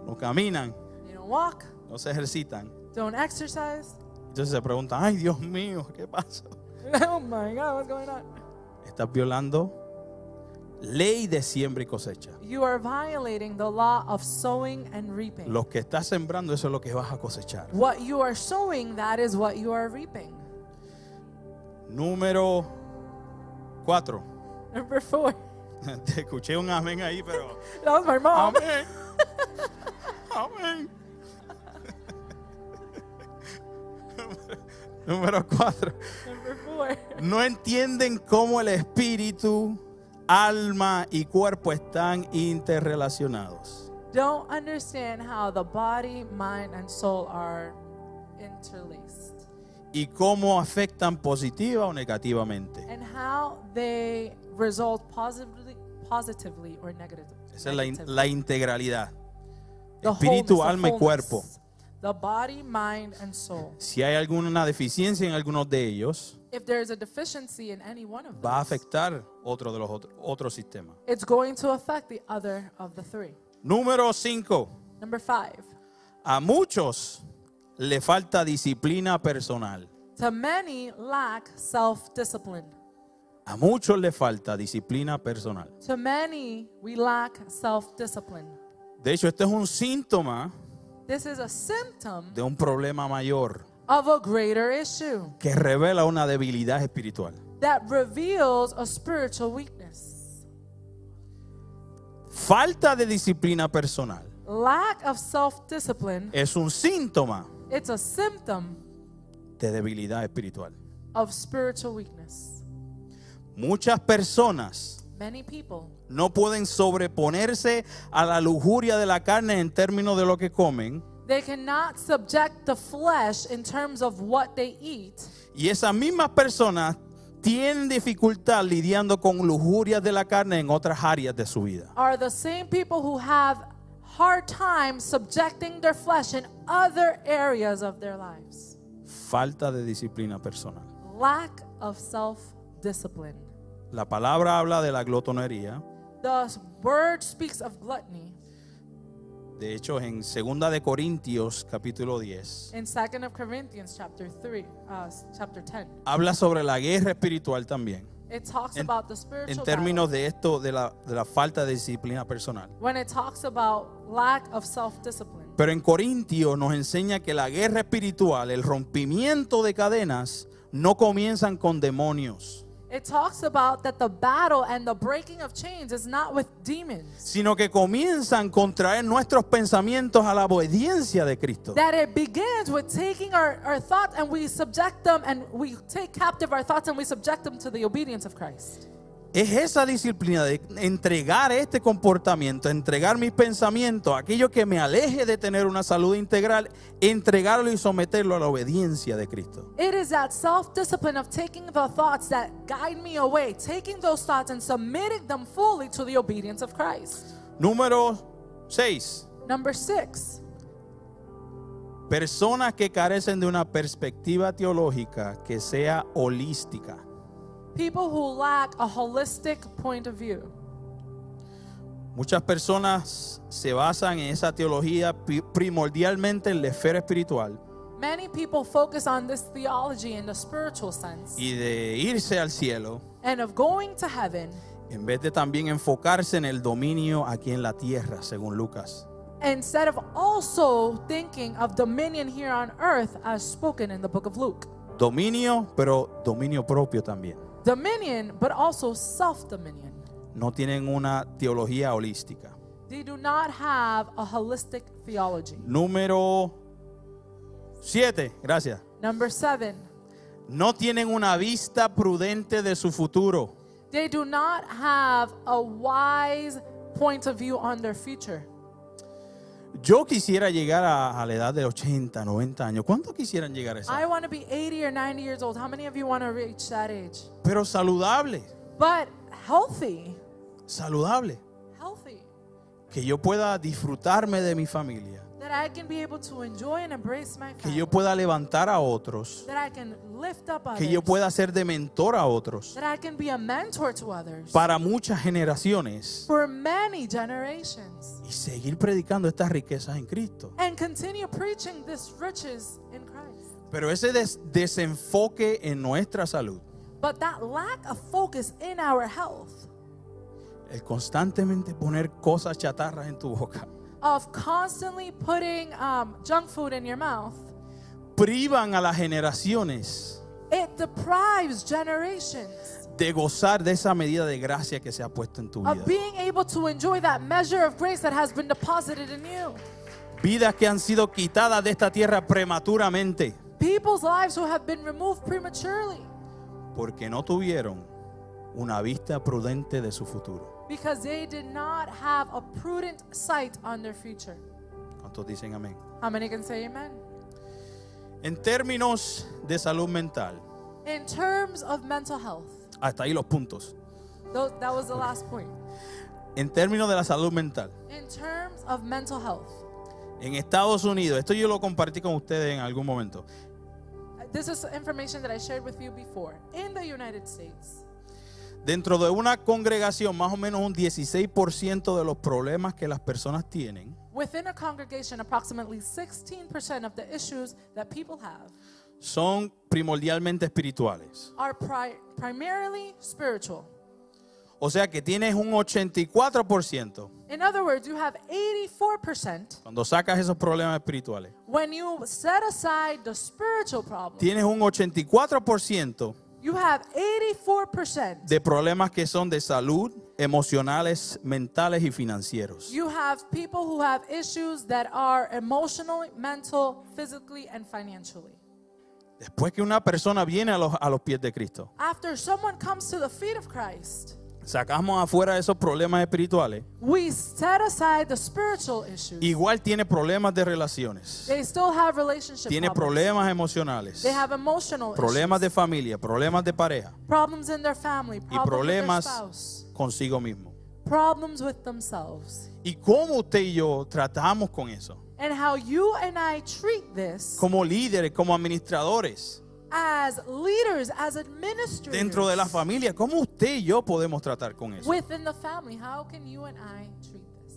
A: no caminan,
B: they don't walk,
A: no se ejercitan.
B: don't exercise.
A: Entonces se preguntan, ay Dios mío, ¿qué pasa?
B: oh my God, what's going on?
A: Estás violando ley de siembra y cosecha.
B: You are violating the law of sowing and reaping.
A: Lo que estás sembrando, eso es lo que vas a cosechar.
B: What you are sowing, that is what you are reaping.
A: Número cuatro.
B: Number four.
A: Te escuché un amén ahí, pero...
B: That was my mom.
A: Amén. Amén. Número cuatro.
B: Number four.
A: No entienden cómo el espíritu, alma y cuerpo están interrelacionados.
B: Don't understand how the body, mind, and soul are interlaced
A: Y cómo afectan positiva o negativamente.
B: and how they result positively, positively or negative,
A: Esa es la, in-
B: negatively.
A: la integralidad.
B: The
A: Espíritu,
B: wholeness, the
A: alma y
B: fullness.
A: cuerpo.
B: The body, mind, and soul.
A: Si hay alguna deficiencia en algunos de ellos,
B: If there is a deficiency in any one of
A: va a
B: those,
A: afectar otro de los otros otro sistemas.
B: it's going to affect the other of the three.
A: Número 5.
B: Number five,
A: A muchos le falta disciplina personal.
B: to many lack self discipline.
A: A muchos le falta disciplina personal.
B: To many, we lack self discipline.
A: De hecho, este es un síntoma
B: This is a symptom
A: de un problema mayor
B: of a greater issue
A: que revela una debilidad espiritual.
B: that reveals a spiritual weakness.
A: Falta de disciplina personal
B: Lack of self discipline,
A: es un síntoma
B: it's a symptom
A: de debilidad espiritual.
B: of spiritual weakness.
A: Muchas personas
B: Many people
A: no pueden sobreponerse a la lujuria de la carne en términos de lo que comen
B: they cannot subject the flesh in terms of what they eat,
A: Y esas mismas personas tienen dificultad lidiando con lujurias de la carne en otras áreas de su vida.
B: are the same people who have hard time subjecting their flesh in other areas of their lives.
A: Falta de disciplina personal.
B: lack of self discipline.
A: La palabra habla de la glotonería.
B: The word speaks of gluttony.
A: De hecho, en 2 de Corintios capítulo 10,
B: In 2nd of Corinthians chapter 3, uh, chapter 10,
A: habla sobre la guerra espiritual también.
B: it talks
A: En-
B: about the
A: En
B: spiritual battle.
A: términos de esto, de la, de la falta de disciplina personal.
B: when it talks about lack of self discipline.
A: Pero en Corintios nos enseña que la guerra espiritual, el rompimiento de cadenas, no comienzan con demonios,
B: It talks about that the battle and the breaking of chains is not with demons.
A: sino que comienzan con traer nuestros pensamientos a la obediencia de Cristo.
B: That it begins with taking our, our thoughts and we subject them and we take captive our thoughts and we subject them to the obedience of Christ.
A: Es esa disciplina de entregar este comportamiento, entregar mis pensamientos, aquello que me aleje de tener una salud integral, entregarlo y someterlo a la obediencia de Cristo.
B: It is that self discipline of taking the thoughts that guide me away, taking those thoughts and submitting them fully to the obedience of Christ.
A: Número 6.
B: Number six,
A: Personas que carecen de una perspectiva teológica que sea holística.
B: people who lack a holistic point of view.
A: Muchas personas se basan en esa teología pi- primordialmente en la esfera espiritual
B: Many people focus on this theology in the spiritual sense
A: y de irse al cielo
B: and of going to heaven
A: en vez de también enfocarse en el dominio aquí en la tierra, según Lucas.
B: instead of also thinking of dominion here on earth as spoken in the book of Luke.
A: Dominio, pero dominio propio también.
B: Dominion, but also self dominion.
A: No tienen una teología holística.
B: They do not have a holistic theology.
A: Número 7, gracias.
B: Number seven,
A: No tienen una vista prudente de su futuro.
B: they do not have a wise point of view on their future.
A: Yo quisiera llegar a, a la edad de 80, 90 años. ¿Cuántos quisieran llegar a esa?
B: I want to be 80 or 90 years old. How many of you want to reach that age?
A: Pero saludable,
B: But healthy,
A: saludable.
B: healthy.
A: Que yo pueda disfrutarme de mi familia.
B: that I can be able to enjoy and embrace my
A: Que
B: family,
A: yo pueda levantar a otros.
B: that I can lift up others,
A: Que yo pueda ser de mentor a otros.
B: that I can be a mentor to others
A: Para muchas generaciones.
B: for many generations
A: Y seguir predicando estas riquezas en Cristo.
B: and continue preaching this riches in Christ.
A: Pero ese des- desenfoque en nuestra salud.
B: But that lack of focus in our health,
A: El constantemente poner cosas chatarras en tu boca.
B: of constantly putting um, junk food in your mouth,
A: Privan a las generaciones
B: it deprives generations
A: de gozar de esa medida de gracia que se ha puesto en tu vida.
B: of being able to enjoy that measure of grace that has been deposited in you.
A: Vidas que han sido quitadas de esta tierra prematuramente
B: People's lives who have been removed prematurely.
A: porque no tuvieron una vista prudente de su futuro.
B: because they did not have a prudent sight on their future.
A: ¿Cuántos dicen amén?
B: How many can say amen?
A: En términos de salud mental,
B: In terms of mental health,
A: hasta ahí los puntos.
B: tho- that was the last point.
A: En términos de la salud mental,
B: In terms of mental health,
A: en Estados Unidos, esto yo lo compartí con ustedes en algún momento,
B: this is information that I shared with you before. In the United States,
A: dentro de una congregación más o menos un 16% de los problemas que las personas tienen
B: within a congregation, approximately 16% of the issues that people have
A: son primordialmente espirituales.
B: are pri- primarily spiritual.
A: O sea que tienes un 84%.
B: In other words, you have 84%.
A: Cuando sacas esos problemas espirituales,
B: When you set aside the spiritual problem,
A: tienes un 84%
B: you have 84%.
A: de problemas que son de salud, emocionales, mentales y financieros.
B: You have people who have issues that are emotional, mental, physically, and financially.
A: Después que una persona viene a los, a los pies de Cristo,
B: After someone comes to the feet of Christ,
A: sacamos afuera esos problemas espirituales,
B: we set aside the spiritual issues.
A: igual tiene problemas de relaciones,
B: They still have relationship
A: tiene
B: problems.
A: problemas emocionales,
B: They have emotional
A: problemas de
B: issues,
A: familia, problemas de pareja
B: problems in their family,
A: y
B: problems with their
A: problemas
B: spouse,
A: consigo mismo.
B: problems with themselves.
A: ¿Y cómo usted y yo tratamos con eso?
B: and how you and I treat this
A: como líderes, como administradores
B: as leaders, as administrators
A: dentro de la familia. ¿Cómo usted y yo podemos tratar con eso?
B: within the family. How can you and I treat this?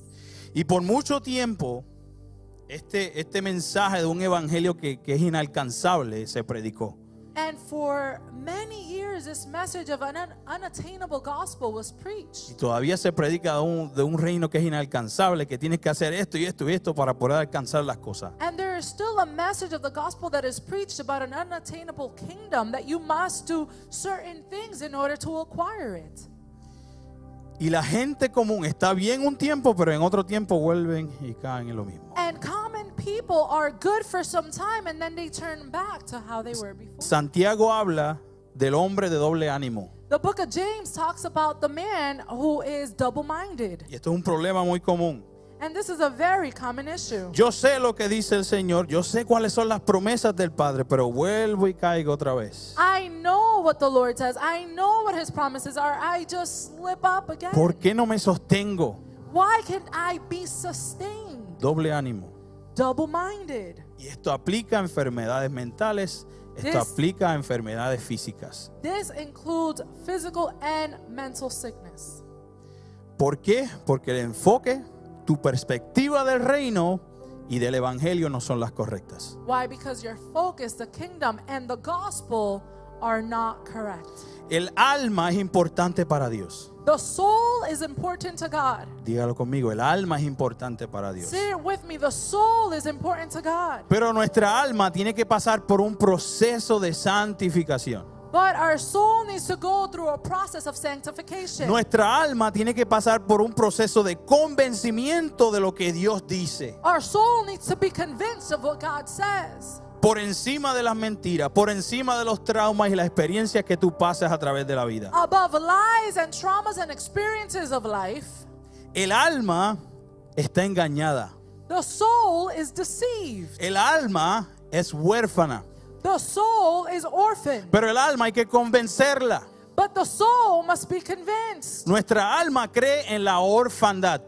A: Y por mucho tiempo, este, este mensaje de un evangelio que, que es inalcanzable se predicó.
B: And for many years, this message of an un- unattainable gospel was preached.
A: Y todavía se predica de un, de un reino que es inalcanzable, que tienes que hacer esto y esto y esto para poder alcanzar las cosas.
B: And there is still a message of the gospel that is preached about an unattainable kingdom that you must do certain things in order to acquire it.
A: Y la gente común está bien un tiempo, pero en otro tiempo vuelven y caen en lo mismo.
B: And common people are good for some time and then they turn back to how they were before.
A: Santiago habla del hombre de doble ánimo.
B: The book of James talks about the man who is double minded.
A: Y esto es un problema muy común.
B: And this is a very common issue.
A: Yo sé lo que dice el Señor, yo sé cuáles son las promesas del Padre, pero vuelvo y caigo otra vez.
B: I know what the Lord says. I know what his promises are. I just slip up again.
A: ¿Por qué no me sostengo?
B: Why can't I be sustained?
A: Doble ánimo.
B: Double minded.
A: Y esto aplica a enfermedades mentales, esto
B: This-
A: aplica a enfermedades físicas.
B: This includes physical and mental sickness.
A: ¿Por qué? Porque el enfoque, tu perspectiva del reino y del evangelio no son las correctas.
B: Why? Because your focus, the kingdom, and the gospel are not correct.
A: El alma es importante para Dios.
B: The soul is important to God.
A: Dígalo conmigo, el alma es importante para Dios.
B: Say it with me. The soul is important to God.
A: Pero nuestra alma tiene que pasar por un proceso de santificación.
B: But our soul needs to go through a process of sanctification.
A: Nuestra alma tiene que pasar por un proceso de convencimiento de lo que Dios dice.
B: Our soul needs to be convinced of what God says.
A: Por encima de las mentiras, por encima de los traumas y las experiencias que tú pasas a través de la vida.
B: Above lies and traumas and experiences of life,
A: El alma está engañada.
B: the soul is deceived.
A: El alma es huérfana.
B: The soul is orphaned.
A: Pero el alma hay que convencerla.
B: But the soul must be convinced.
A: Nuestra alma cree en la orfandad.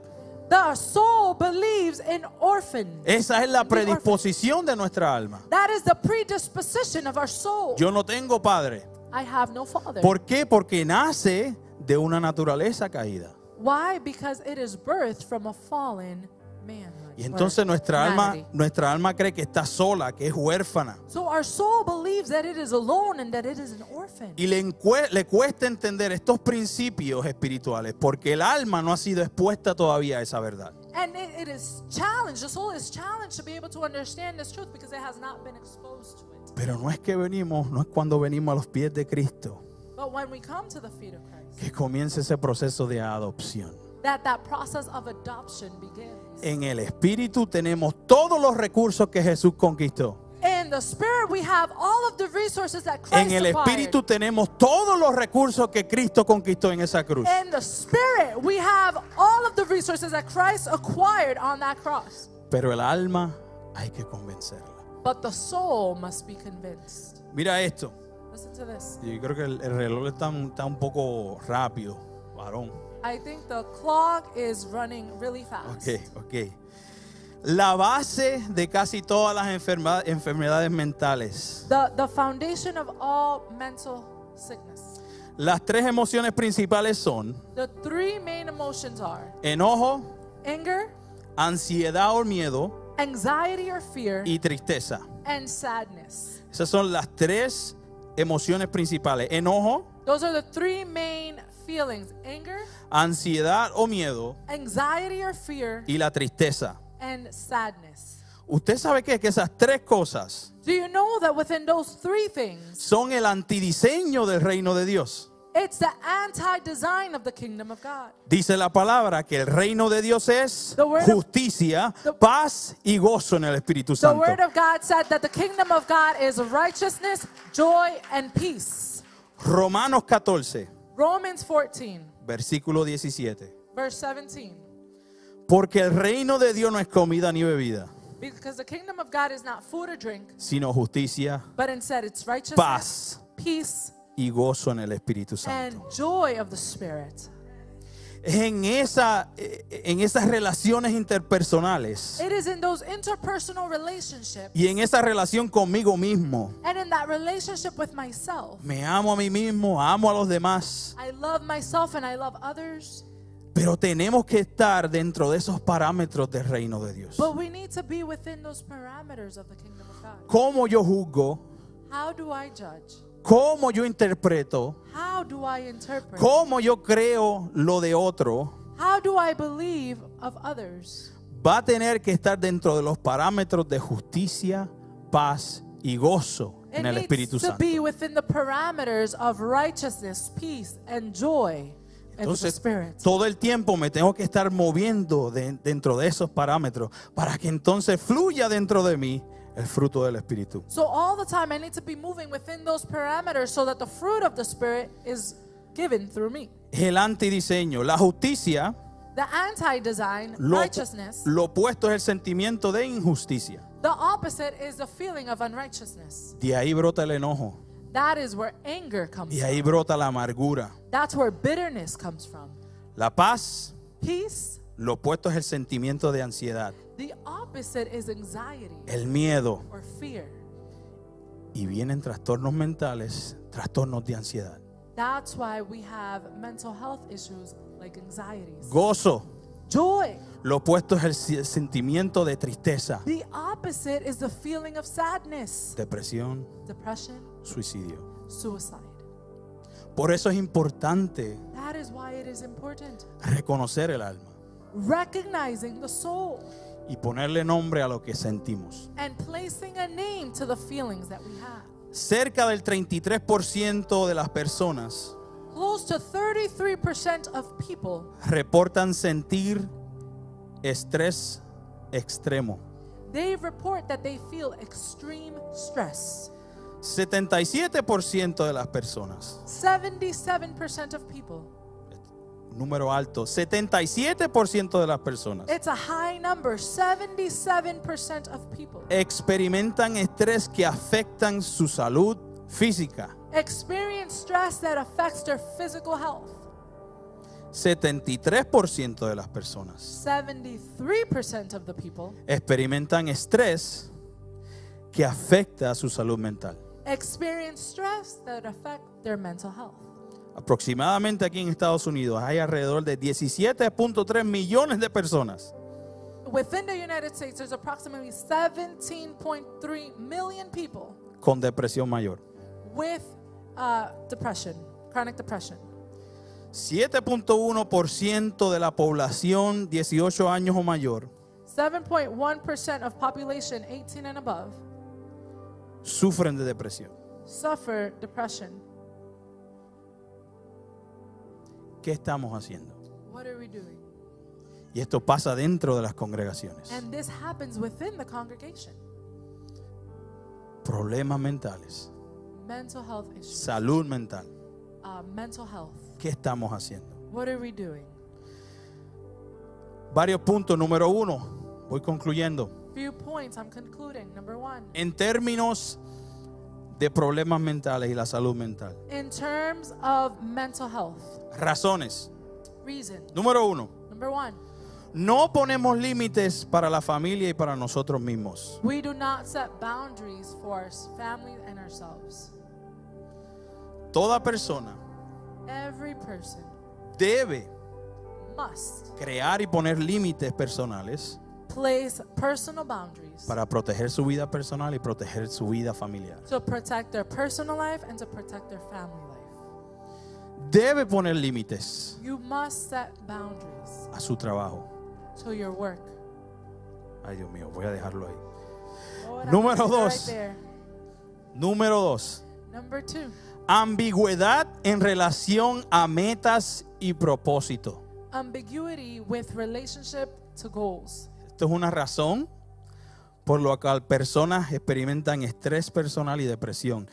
B: The soul believes in orphan.
A: Esa es la predisposición de nuestra alma.
B: That is the predisposition of our soul.
A: Yo no tengo padre.
B: I have no father.
A: ¿Por qué? Porque nace de una naturaleza caída.
B: Why? Because it is birthed from a fallen man.
A: Y entonces nuestra alma, nuestra alma cree que está sola, que es huérfana.
B: So our soul believes that it is alone and that it is an orphan.
A: Y le, encue- le cuesta entender estos principios espirituales porque el alma no ha sido expuesta todavía a esa verdad.
B: And it, it is challenged, the soul is challenged to be able to understand this truth because it has not been exposed to it.
A: Pero no es que venimos, no es cuando venimos a los pies de Cristo
B: But when we come to the feet of Christ,
A: que comienza ese proceso de adopción.
B: that that process of adoption begins.
A: En el Espíritu tenemos todos los recursos que Jesús conquistó.
B: In the spirit, we have all of the resources that Christ
A: En el
B: acquired.
A: Espíritu tenemos todos los recursos que Cristo conquistó en esa cruz.
B: In the spirit, we have all of the resources that Christ acquired on that cross.
A: Pero el alma hay que convencerla.
B: But the soul must be convinced.
A: Mira esto.
B: Listen to this.
A: Yo creo que el, el reloj está, un- está un poco rápido, varón.
B: I think the clock is running really fast.
A: Ok, ok. La base de casi todas las enferma- enfermedades mentales.
B: The, the foundation of all mental sickness.
A: Las tres emociones principales son
B: The three main emotions are
A: enojo,
B: anger,
A: ansiedad o miedo
B: anxiety or fear,
A: y tristeza.
B: and sadness.
A: Esas son las tres emociones principales. Enojo,
B: Those are the three main feelings anger,
A: ansiedad o miedo
B: anxiety or fear,
A: y la tristeza.
B: and sadness.
A: ¿Usted sabe qué? Que esas tres cosas
B: Do you know that within those three things,
A: son el antidiseño del reino de Dios.
B: it's the anti design of the kingdom of God?
A: Dice la palabra que el reino de Dios es
B: The word of-
A: justicia,
B: the-
A: paz y gozo en el Espíritu
B: The
A: Santo.
B: word of God said that the kingdom of God is righteousness, joy, and peace.
A: Romanos 14,
B: Romans 14,
A: versículo 17.
B: verse 17.
A: Porque el reino de Dios no es comida ni bebida,
B: Because the kingdom of God is not food or drink,
A: sino justicia
B: but instead it's righteousness,
A: Paz.
B: peace,
A: y gozo en el Espíritu Santo.
B: and joy of the Spirit.
A: Es en, esa, eh, en esas relaciones interpersonales
B: It is in those interpersonal relationships
A: y en esa relación conmigo mismo.
B: and in that relationship with myself.
A: Me amo a mí mismo, amo a los demás,
B: I love myself and I love others,
A: pero tenemos que estar dentro de esos parámetros del reino de Dios.
B: but we need to be within those parameters of the kingdom of God.
A: ¿Cómo yo juzgo?
B: How do I judge?
A: ¿Cómo yo interpreto?
B: How do I interpret?
A: ¿Cómo yo creo lo de otro?
B: How do I believe of others?
A: Va a tener que estar dentro de los parámetros de justicia, paz y gozo
B: It
A: en el
B: needs
A: Espíritu
B: to
A: Santo.
B: be within the parameters of righteousness, peace, and joy and the
A: Entonces,
B: Spirit.
A: todo el tiempo me tengo que estar moviendo de- dentro de esos parámetros para que entonces fluya dentro de mí el fruto del Espíritu.
B: So all the time I need to be moving within those parameters so that the fruit of the Spirit is given through me.
A: El antidiseño, la justicia,
B: The anti-design,
A: lo,
B: righteousness,
A: lo opuesto es el sentimiento de injusticia.
B: the opposite is the feeling of unrighteousness.
A: De ahí brota el enojo,
B: That is where anger comes
A: y ahí
B: from.
A: brota la amargura.
B: That's where bitterness comes from.
A: La paz,
B: Peace,
A: lo opuesto es el sentimiento de ansiedad,
B: the opposite is anxiety
A: el miedo,
B: or fear.
A: y vienen trastornos mentales, trastornos de ansiedad.
B: That's why we have mental health issues like anxieties.
A: Gozo,
B: Joy.
A: lo opuesto es el si- sentimiento de tristeza,
B: The opposite is the feeling of sadness,
A: depresión,
B: depression,
A: suicidio.
B: suicide.
A: Por eso es importante
B: That is why it is important.
A: reconocer el alma
B: Recognizing the soul
A: y ponerle nombre a lo que sentimos.
B: and placing a name to the feelings that we have.
A: Cerca del 33% de las personas
B: Close to 33% of people,
A: reportan sentir estrés extremo.
B: they report that they feel extreme stress.
A: 77% de las personas,
B: 77% of people.
A: número alto, 77% de las personas
B: It's a high number. 77% of people
A: experimentan estrés que afectan su salud física.
B: experience stress that affects their physical health.
A: 73% de las personas
B: 73% of the people
A: experimentan estrés que afecta a su salud mental.
B: experience stress that affect their mental health.
A: Aproximadamente aquí en Estados Unidos hay alrededor de 17.3 millones de personas
B: Within the United States, there's approximately 17.3 million people
A: con depresión mayor.
B: with uh, depression, chronic depression.
A: 7.1% de la población 18 años o mayor
B: 7.1% of population 18 and above
A: sufren de depresión.
B: suffer depression.
A: ¿Qué estamos haciendo?
B: What are we doing?
A: Y esto pasa dentro de las congregaciones.
B: And this happens within the congregation.
A: Problemas mentales,
B: Mental health issues,
A: salud mental.
B: uh, mental health.
A: ¿Qué estamos haciendo?
B: What are we doing?
A: Varios puntos. Número uno, voy concluyendo.
B: Few points. I'm concluding. Number one,
A: en términos de problemas mentales y la salud mental.
B: in terms of mental health,
A: Razones.
B: reason.
A: Número uno,
B: Number one,
A: no ponemos límites para la familia y para nosotros mismos.
B: we do not set boundaries for our family and ourselves.
A: Toda persona
B: Every person
A: debe
B: must
A: crear y poner límites personales
B: place personal boundaries
A: para proteger su vida personal y proteger su vida familiar.
B: to protect their personal life and to protect their family life.
A: Debe poner límites
B: You must set boundaries
A: a su trabajo.
B: to your work.
A: Ay, Dios mío, voy a dejarlo ahí.
B: Lord, I
A: Número
B: put it
A: dos.
B: Right there.
A: Número dos,
B: Number two,
A: ambigüedad en relación a metas y propósito.
B: ambiguity with relationship to goals.
A: Esto es una razón por la cual personas experimentan estrés personal y depresión.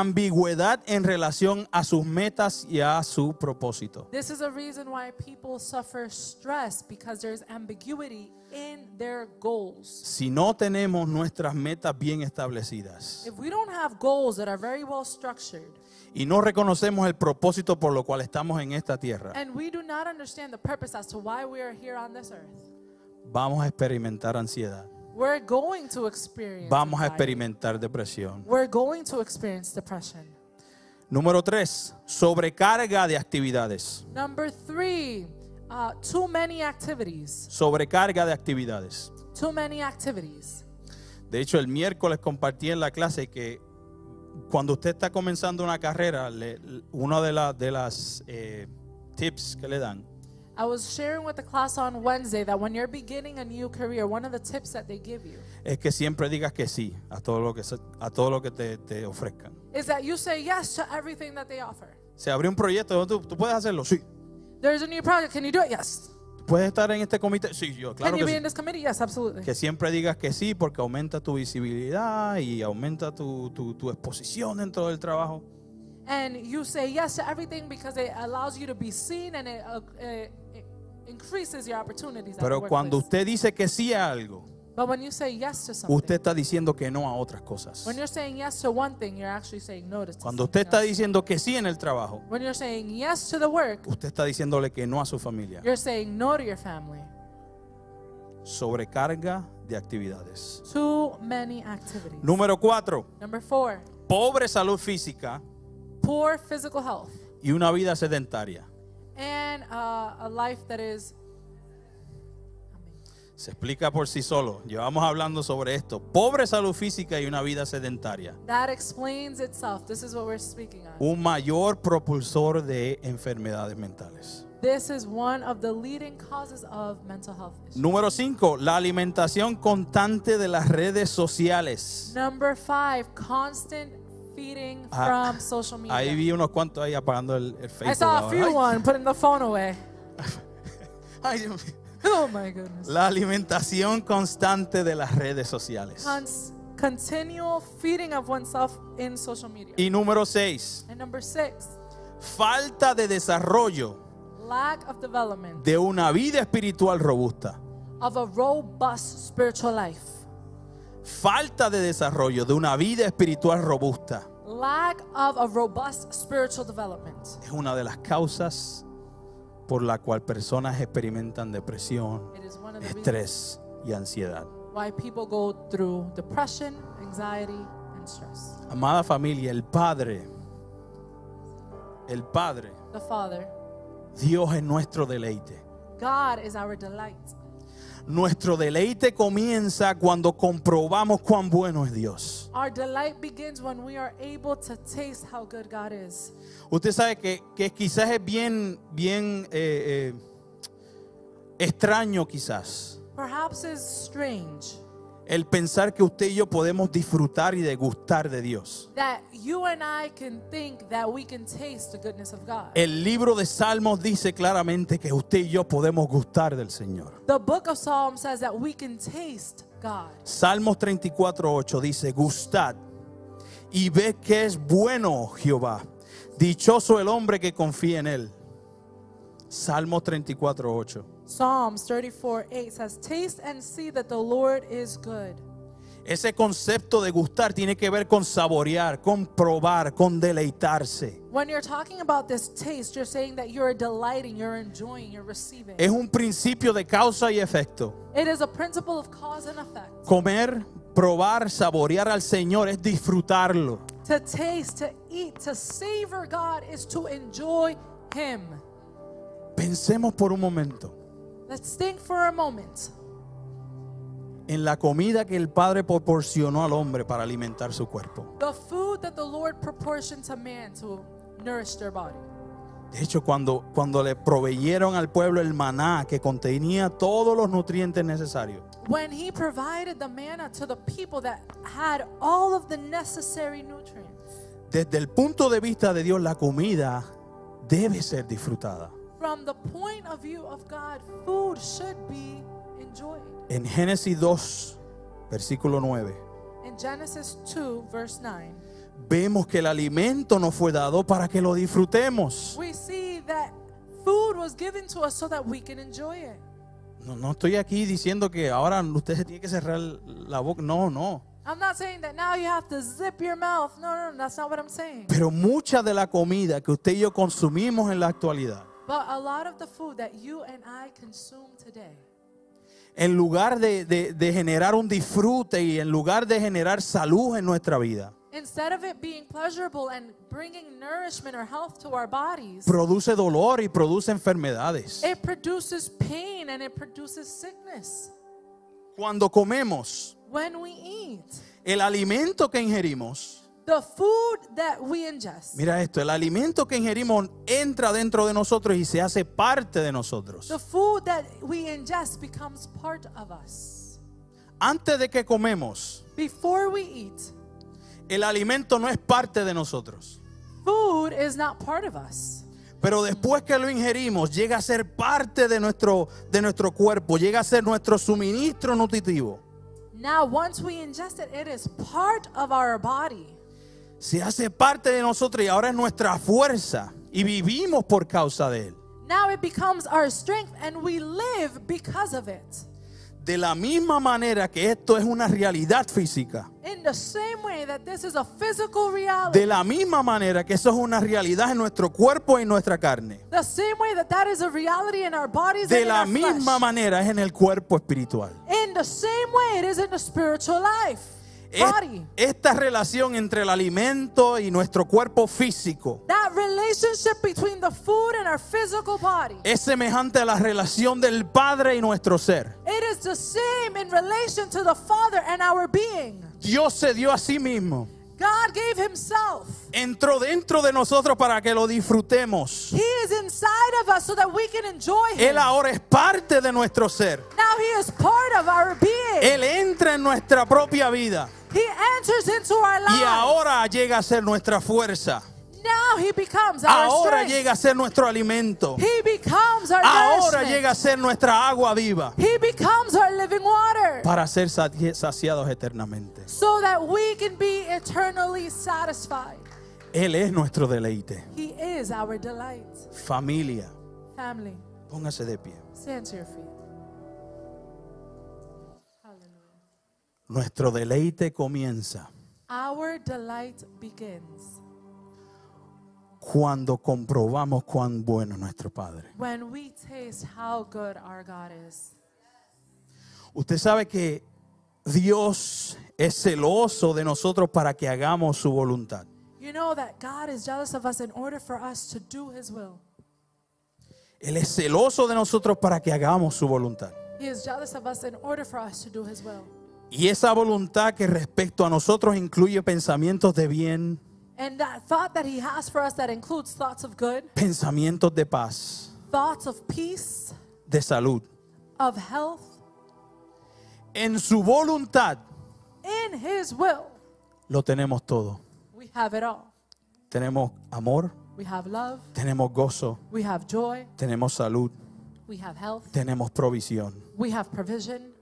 A: Ambigüedad en relación a sus metas y a su propósito.
B: This is a reason why people suffer stress because there's ambiguity in their goals.
A: Si no tenemos nuestras metas bien establecidas
B: If we don't have goals that are very well structured
A: y no reconocemos el propósito por lo cual estamos en esta tierra,
B: and we do not understand the purpose as to why we are here on this earth,
A: vamos a experimentar ansiedad,
B: we're going to experience
A: vamos a
B: anxiety.
A: experimentar depresión.
B: We're going to experience depression.
A: Número tres, sobrecarga de actividades.
B: Number three, uh, too many activities.
A: Sobrecarga de actividades.
B: Too many activities.
A: De hecho, el miércoles compartí en la clase que cuando usted está comenzando una carrera, le- una de, la- de las eh, tips que le dan
B: I was sharing with the class on Wednesday that when you're beginning a new career, one of the tips that they give you
A: es que siempre digas que sí a todo lo que, se- a todo lo que te, te ofrezcan.
B: is that you say yes to everything that they offer.
A: Se abrió un proyecto, ¿tú, tú puedes hacerlo? Sí.
B: There's a new project. Can you do it? Yes.
A: ¿Puedes estar en este comité? Sí, yo, claro
B: Can
A: que
B: you be
A: sí.
B: in this committee? Yes, absolutely.
A: Que siempre digas que sí porque aumenta tu visibilidad y aumenta tu, tu- tu exposición dentro del trabajo.
B: And you say yes to everything because it allows you to be seen and it, uh, it it increases your opportunities. at
A: Pero
B: the
A: cuando
B: workplace.
A: usted dice que sí a algo,
B: but when you say yes to something,
A: usted está diciendo que no a otras cosas.
B: When you're saying yes to one thing, you're actually saying no to
A: Cuando
B: something
A: usted está
B: else.
A: diciendo que sí en el trabajo,
B: When you're saying yes to the work,
A: usted está diciéndole que no a su familia.
B: you're saying no to your family.
A: Sobrecarga de actividades.
B: Too many activities.
A: Número cuatro,
B: Number four,
A: pobre salud física
B: poor physical health
A: y una vida sedentaria.
B: and uh, a life that is.
A: Se explica por sí solo. Llevamos hablando sobre esto. Pobre salud física y una vida sedentaria.
B: That explains itself. This is what we're speaking on.
A: Un mayor propulsor de enfermedades mentales.
B: This is one of the leading causes of mental health issues.
A: Número cinco, la alimentación constante de las redes sociales.
B: Number five, constant feeding
A: Ah,
B: from social
A: Ahí
B: media.
A: vi unos cuantos ahí apagando el, el Facebook.
B: I saw a
A: ahora.
B: few
A: Ay,
B: one putting the phone away.
A: ay, Dios mío.
B: Oh my goodness.
A: La alimentación constante de las redes sociales.
B: Cons- continual feeding of oneself in social media.
A: Y número 6,
B: and number six,
A: falta de desarrollo
B: lack of development
A: de una vida espiritual robusta.
B: of a robust spiritual life.
A: Falta de desarrollo de una vida espiritual robusta
B: Lack of a robust spiritual development.
A: es una de las causas por la cual personas experimentan depresión,
B: It is one of the reasons
A: estrés y ansiedad.
B: why people go through depression, anxiety, and stress.
A: Amada familia, el Padre, el Padre,
B: The Father,
A: Dios es nuestro deleite.
B: God is our delight.
A: Nuestro deleite comienza cuando comprobamos cuán bueno es Dios.
B: Our delight begins when we are able to taste how good God is.
A: Usted sabe que, que quizás es bien, bien eh, eh, extraño quizás
B: Perhaps it's strange
A: el pensar que usted y yo podemos disfrutar y degustar de Dios.
B: that you and I can think that we can taste the goodness of God.
A: El libro de Salmos dice claramente que usted y yo podemos gustar del Señor.
B: the book of Psalms says that we can taste God.
A: Salmos 34.8 dice, gustad y ve que es bueno Jehová. Dichoso el hombre que confía en él. Salmos 34.8.
B: Psalms 34 8 says, Taste and see that the Lord is good.
A: Ese concepto de gustar tiene que ver con saborear, con probar, con deleitarse.
B: When you're talking about this taste, you're saying that you're delighting, you're enjoying, you're receiving.
A: Es un principio de causa y efecto.
B: it is a principle of cause and effect.
A: Comer, probar, saborear al Señor es disfrutarlo.
B: To taste, to eat, to savor God is to enjoy Him.
A: Pensemos por un momento
B: Let's think for a moment
A: en la comida que el Padre proporcionó al hombre para alimentar su cuerpo.
B: the food that the Lord proportioned to man to nourish their body.
A: De hecho, cuando, cuando le proveyeron al pueblo el maná que contenía todos los nutrientes necesarios,
B: when he provided the manna to the people that had all of the necessary nutrients.
A: desde el punto de vista de Dios, la comida debe ser disfrutada.
B: From the point of view of God, food should be enjoyed.
A: En Génesis 2, versículo 9,
B: In Genesis 2, verse 9,
A: vemos que el alimento nos fue dado para que lo disfrutemos.
B: we see that food was given to us so that we can enjoy it.
A: No, no estoy aquí diciendo que ahora usted se tiene que cerrar la boca. No, no.
B: I'm not saying that now you have to zip your mouth. No, no, no, that's not what I'm saying.
A: Pero mucha de la comida que usted y yo consumimos en la actualidad,
B: But a lot of the food that you and I consume today,
A: en lugar de, de- de generar un disfrute y en lugar de generar salud en nuestra vida,
B: instead of it being pleasurable and bringing nourishment or health to our bodies,
A: produce dolor y produce enfermedades.
B: it produces pain and it produces sickness.
A: Cuando comemos,
B: When we eat,
A: el alimento que ingerimos,
B: the food that we ingest,
A: mira esto, el alimento que ingerimos entra dentro de nosotros y se hace parte de nosotros.
B: the food that we ingest becomes part of us.
A: Antes de que comemos,
B: Before we eat,
A: el alimento no es parte de nosotros.
B: food is not part of us.
A: Pero después que lo ingerimos, llega a ser parte de nuestro, de nuestro cuerpo, llega a ser nuestro suministro nutritivo.
B: Now, once we ingest it, it is part of our body.
A: Se hace parte de nosotros y ahora es nuestra fuerza y vivimos por causa de él.
B: Now it becomes our strength and we live because of it.
A: De la misma manera que esto es una realidad física,
B: In the same way that this is a physical
A: de
B: reality,
A: la misma manera que eso es una realidad en nuestro cuerpo y en nuestra carne,
B: the same way that that is a reality in our bodies
A: de
B: and in
A: la
B: our
A: misma
B: flesh.
A: manera es en el cuerpo espiritual.
B: In the same way it is in the spiritual life,
A: Es-
B: body.
A: Esta relación entre el alimento y nuestro cuerpo físico
B: That relationship between the food and our physical body.
A: es semejante a la relación del Padre y nuestro ser.
B: It is the same in relation to the Father and our being.
A: Dios se dio a sí mismo.
B: God gave Himself.
A: Entró dentro de nosotros para que lo disfrutemos.
B: He is inside of us so that we can enjoy Him.
A: Él ahora es parte de nuestro ser.
B: Now He is part of our being.
A: Él entra en nuestra propia vida
B: He enters into our
A: y
B: lives.
A: ahora llega a ser nuestra fuerza.
B: Now he becomes our
A: Ahora
B: strength.
A: llega a ser nuestro alimento.
B: He becomes our
A: Ahora
B: nourishment.
A: llega a ser nuestra agua viva
B: He becomes our living water.
A: para ser sati- saciados eternamente.
B: So that we can be eternally satisfied.
A: Él es nuestro deleite.
B: He is our delight.
A: Familia,
B: Family,
A: póngase de pie.
B: stand to your feet. Hallelujah.
A: Nuestro deleite comienza
B: Our delight begins
A: cuando comprobamos cuán bueno es nuestro Padre.
B: when we taste how good our God is.
A: Usted sabe que Dios es celoso de nosotros para que hagamos su voluntad.
B: You know that God is jealous of us in order for us to do his will.
A: Él es celoso de nosotros para que hagamos su voluntad.
B: He is jealous of us in order for us to do His will.
A: Y esa voluntad que respecto a nosotros incluye pensamientos de bien,
B: And that thought that He has for us that includes thoughts of good,
A: pensamientos de paz,
B: thoughts of peace,
A: de salud.
B: of health,
A: En su voluntad
B: in His will,
A: lo tenemos todo.
B: we have it all.
A: Tenemos amor,
B: We have love,
A: tenemos gozo,
B: we have joy,
A: tenemos salud,
B: we have health,
A: tenemos provisión.
B: we have provision.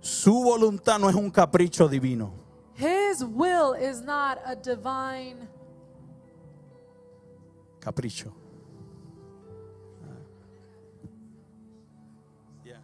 A: Su voluntad no es un capricho divino.
B: His will is not a divine
A: Capricho. Yeah.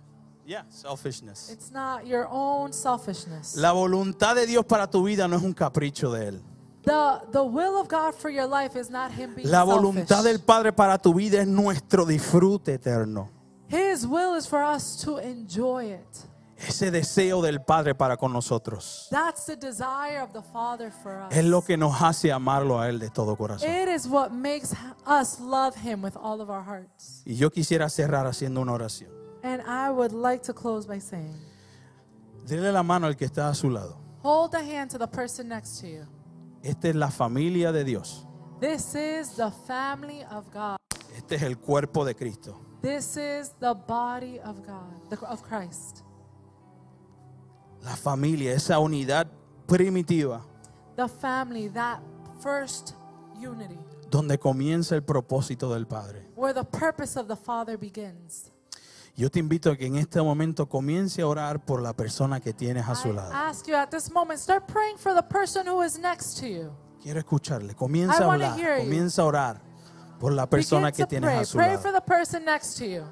A: Yeah, selfishness.
B: it's not your own selfishness.
A: La voluntad de Dios para tu vida no es un capricho de Él.
B: The the will of God for your life is not him being
A: La voluntad del
B: selfish.
A: Padre para tu vida es nuestro disfrute eterno.
B: His will is for us to enjoy it.
A: Ese deseo del Padre para con nosotros
B: That's the desire of the Father for us.
A: es lo que nos hace amarlo a Él de todo corazón.
B: It is what makes us love Him with all of our hearts.
A: Y yo quisiera cerrar haciendo una oración.
B: And I would like to close by saying,
A: Dile la mano al que está a su lado.
B: hold the hand to the person next to you.
A: Esta es la familia de Dios.
B: This is the family of God.
A: Este es el cuerpo de Cristo.
B: This is the body of God, the- of Christ.
A: La familia, esa unidad primitiva
B: The family, that first unity,
A: donde comienza el propósito del Padre.
B: where the purpose of the Father begins.
A: Yo te invito a que en este momento comience a orar por la persona que tienes a
B: I
A: su lado.
B: ask you at this moment, start praying for the person who is next to you.
A: Quiero escucharle. Comienza
B: I
A: a
B: wanna hear
A: hablar,
B: you.
A: comienza a orar por la persona
B: Begin
A: que
B: to
A: tienes
B: pray.
A: a su
B: pray
A: lado.
B: for the person next to you.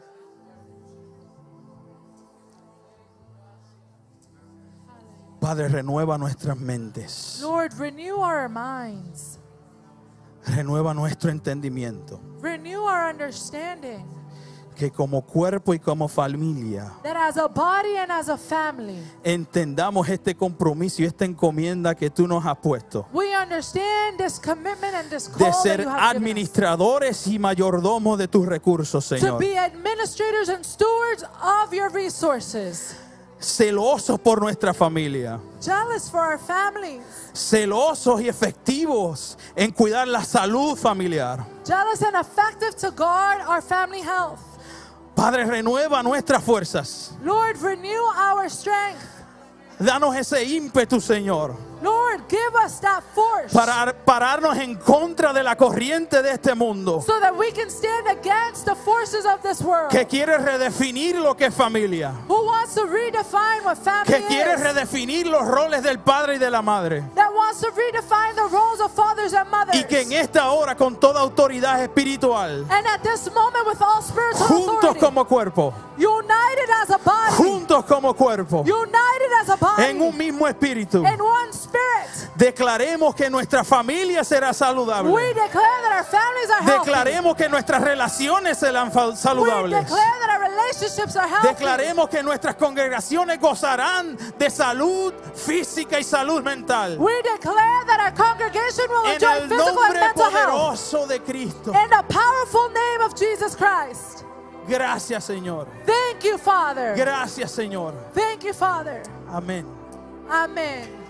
A: Padre, renueva nuestras mentes.
B: Lord, renew our minds,
A: Renueva nuestro entendimiento.
B: renew our understanding
A: Que como cuerpo y como familia
B: that as a body and as a family,
A: entendamos este compromiso y esta encomienda que tú nos has puesto.
B: we understand this commitment and this call
A: De
B: that
A: ser
B: you have given us,
A: administradores y mayordomos de tus recursos,
B: to
A: Señor.
B: be administrators and stewards of your resources,
A: Celosos por nuestra familia.
B: jealous for our families,
A: Celosos y efectivos en cuidar la salud familiar.
B: jealous and effective to guard our family health.
A: Padre, renueva nuestras fuerzas.
B: Lord, renew our strength.
A: Danos ese ímpetu, Señor,
B: Lord, give us that force
A: para ar- pararnos en contra de la corriente de este mundo
B: so that we can stand against the forces of this world
A: que quiere redefinir lo que es familia,
B: who wants to redefine what family
A: que quiere
B: is,
A: redefinir los roles del padre y de la madre.
B: that wants to redefine the roles of fathers and mothers.
A: Y que en e- esta hora, con toda autoridad espiritual,
B: and at this moment, with all spiritual
A: juntos
B: authority,
A: como cuerpo,
B: united as a body,
A: juntos como cuerpo,
B: united as a body,
A: en un mismo espíritu,
B: in one spirit,
A: declaremos que nuestra familia será
B: we
A: saludable.
B: declare that our families are healthy.
A: Declaremos que nuestras relaciones serán fa-
B: We
A: saludables.
B: declare that our relationships are healthy.
A: Declaremos que nuestras congregaciones gozarán de salud física y salud mental.
B: we declare that our congregation will
A: En
B: enjoy
A: el
B: physical and
A: nombre
B: mental health. Eh.
A: poderoso de Cristo.
B: In the powerful name of Jesus Christ.
A: Gracias, Señor.
B: Thank you, Father.
A: Gracias, Señor.
B: Thank you, Father.
A: Amén.
B: Amen.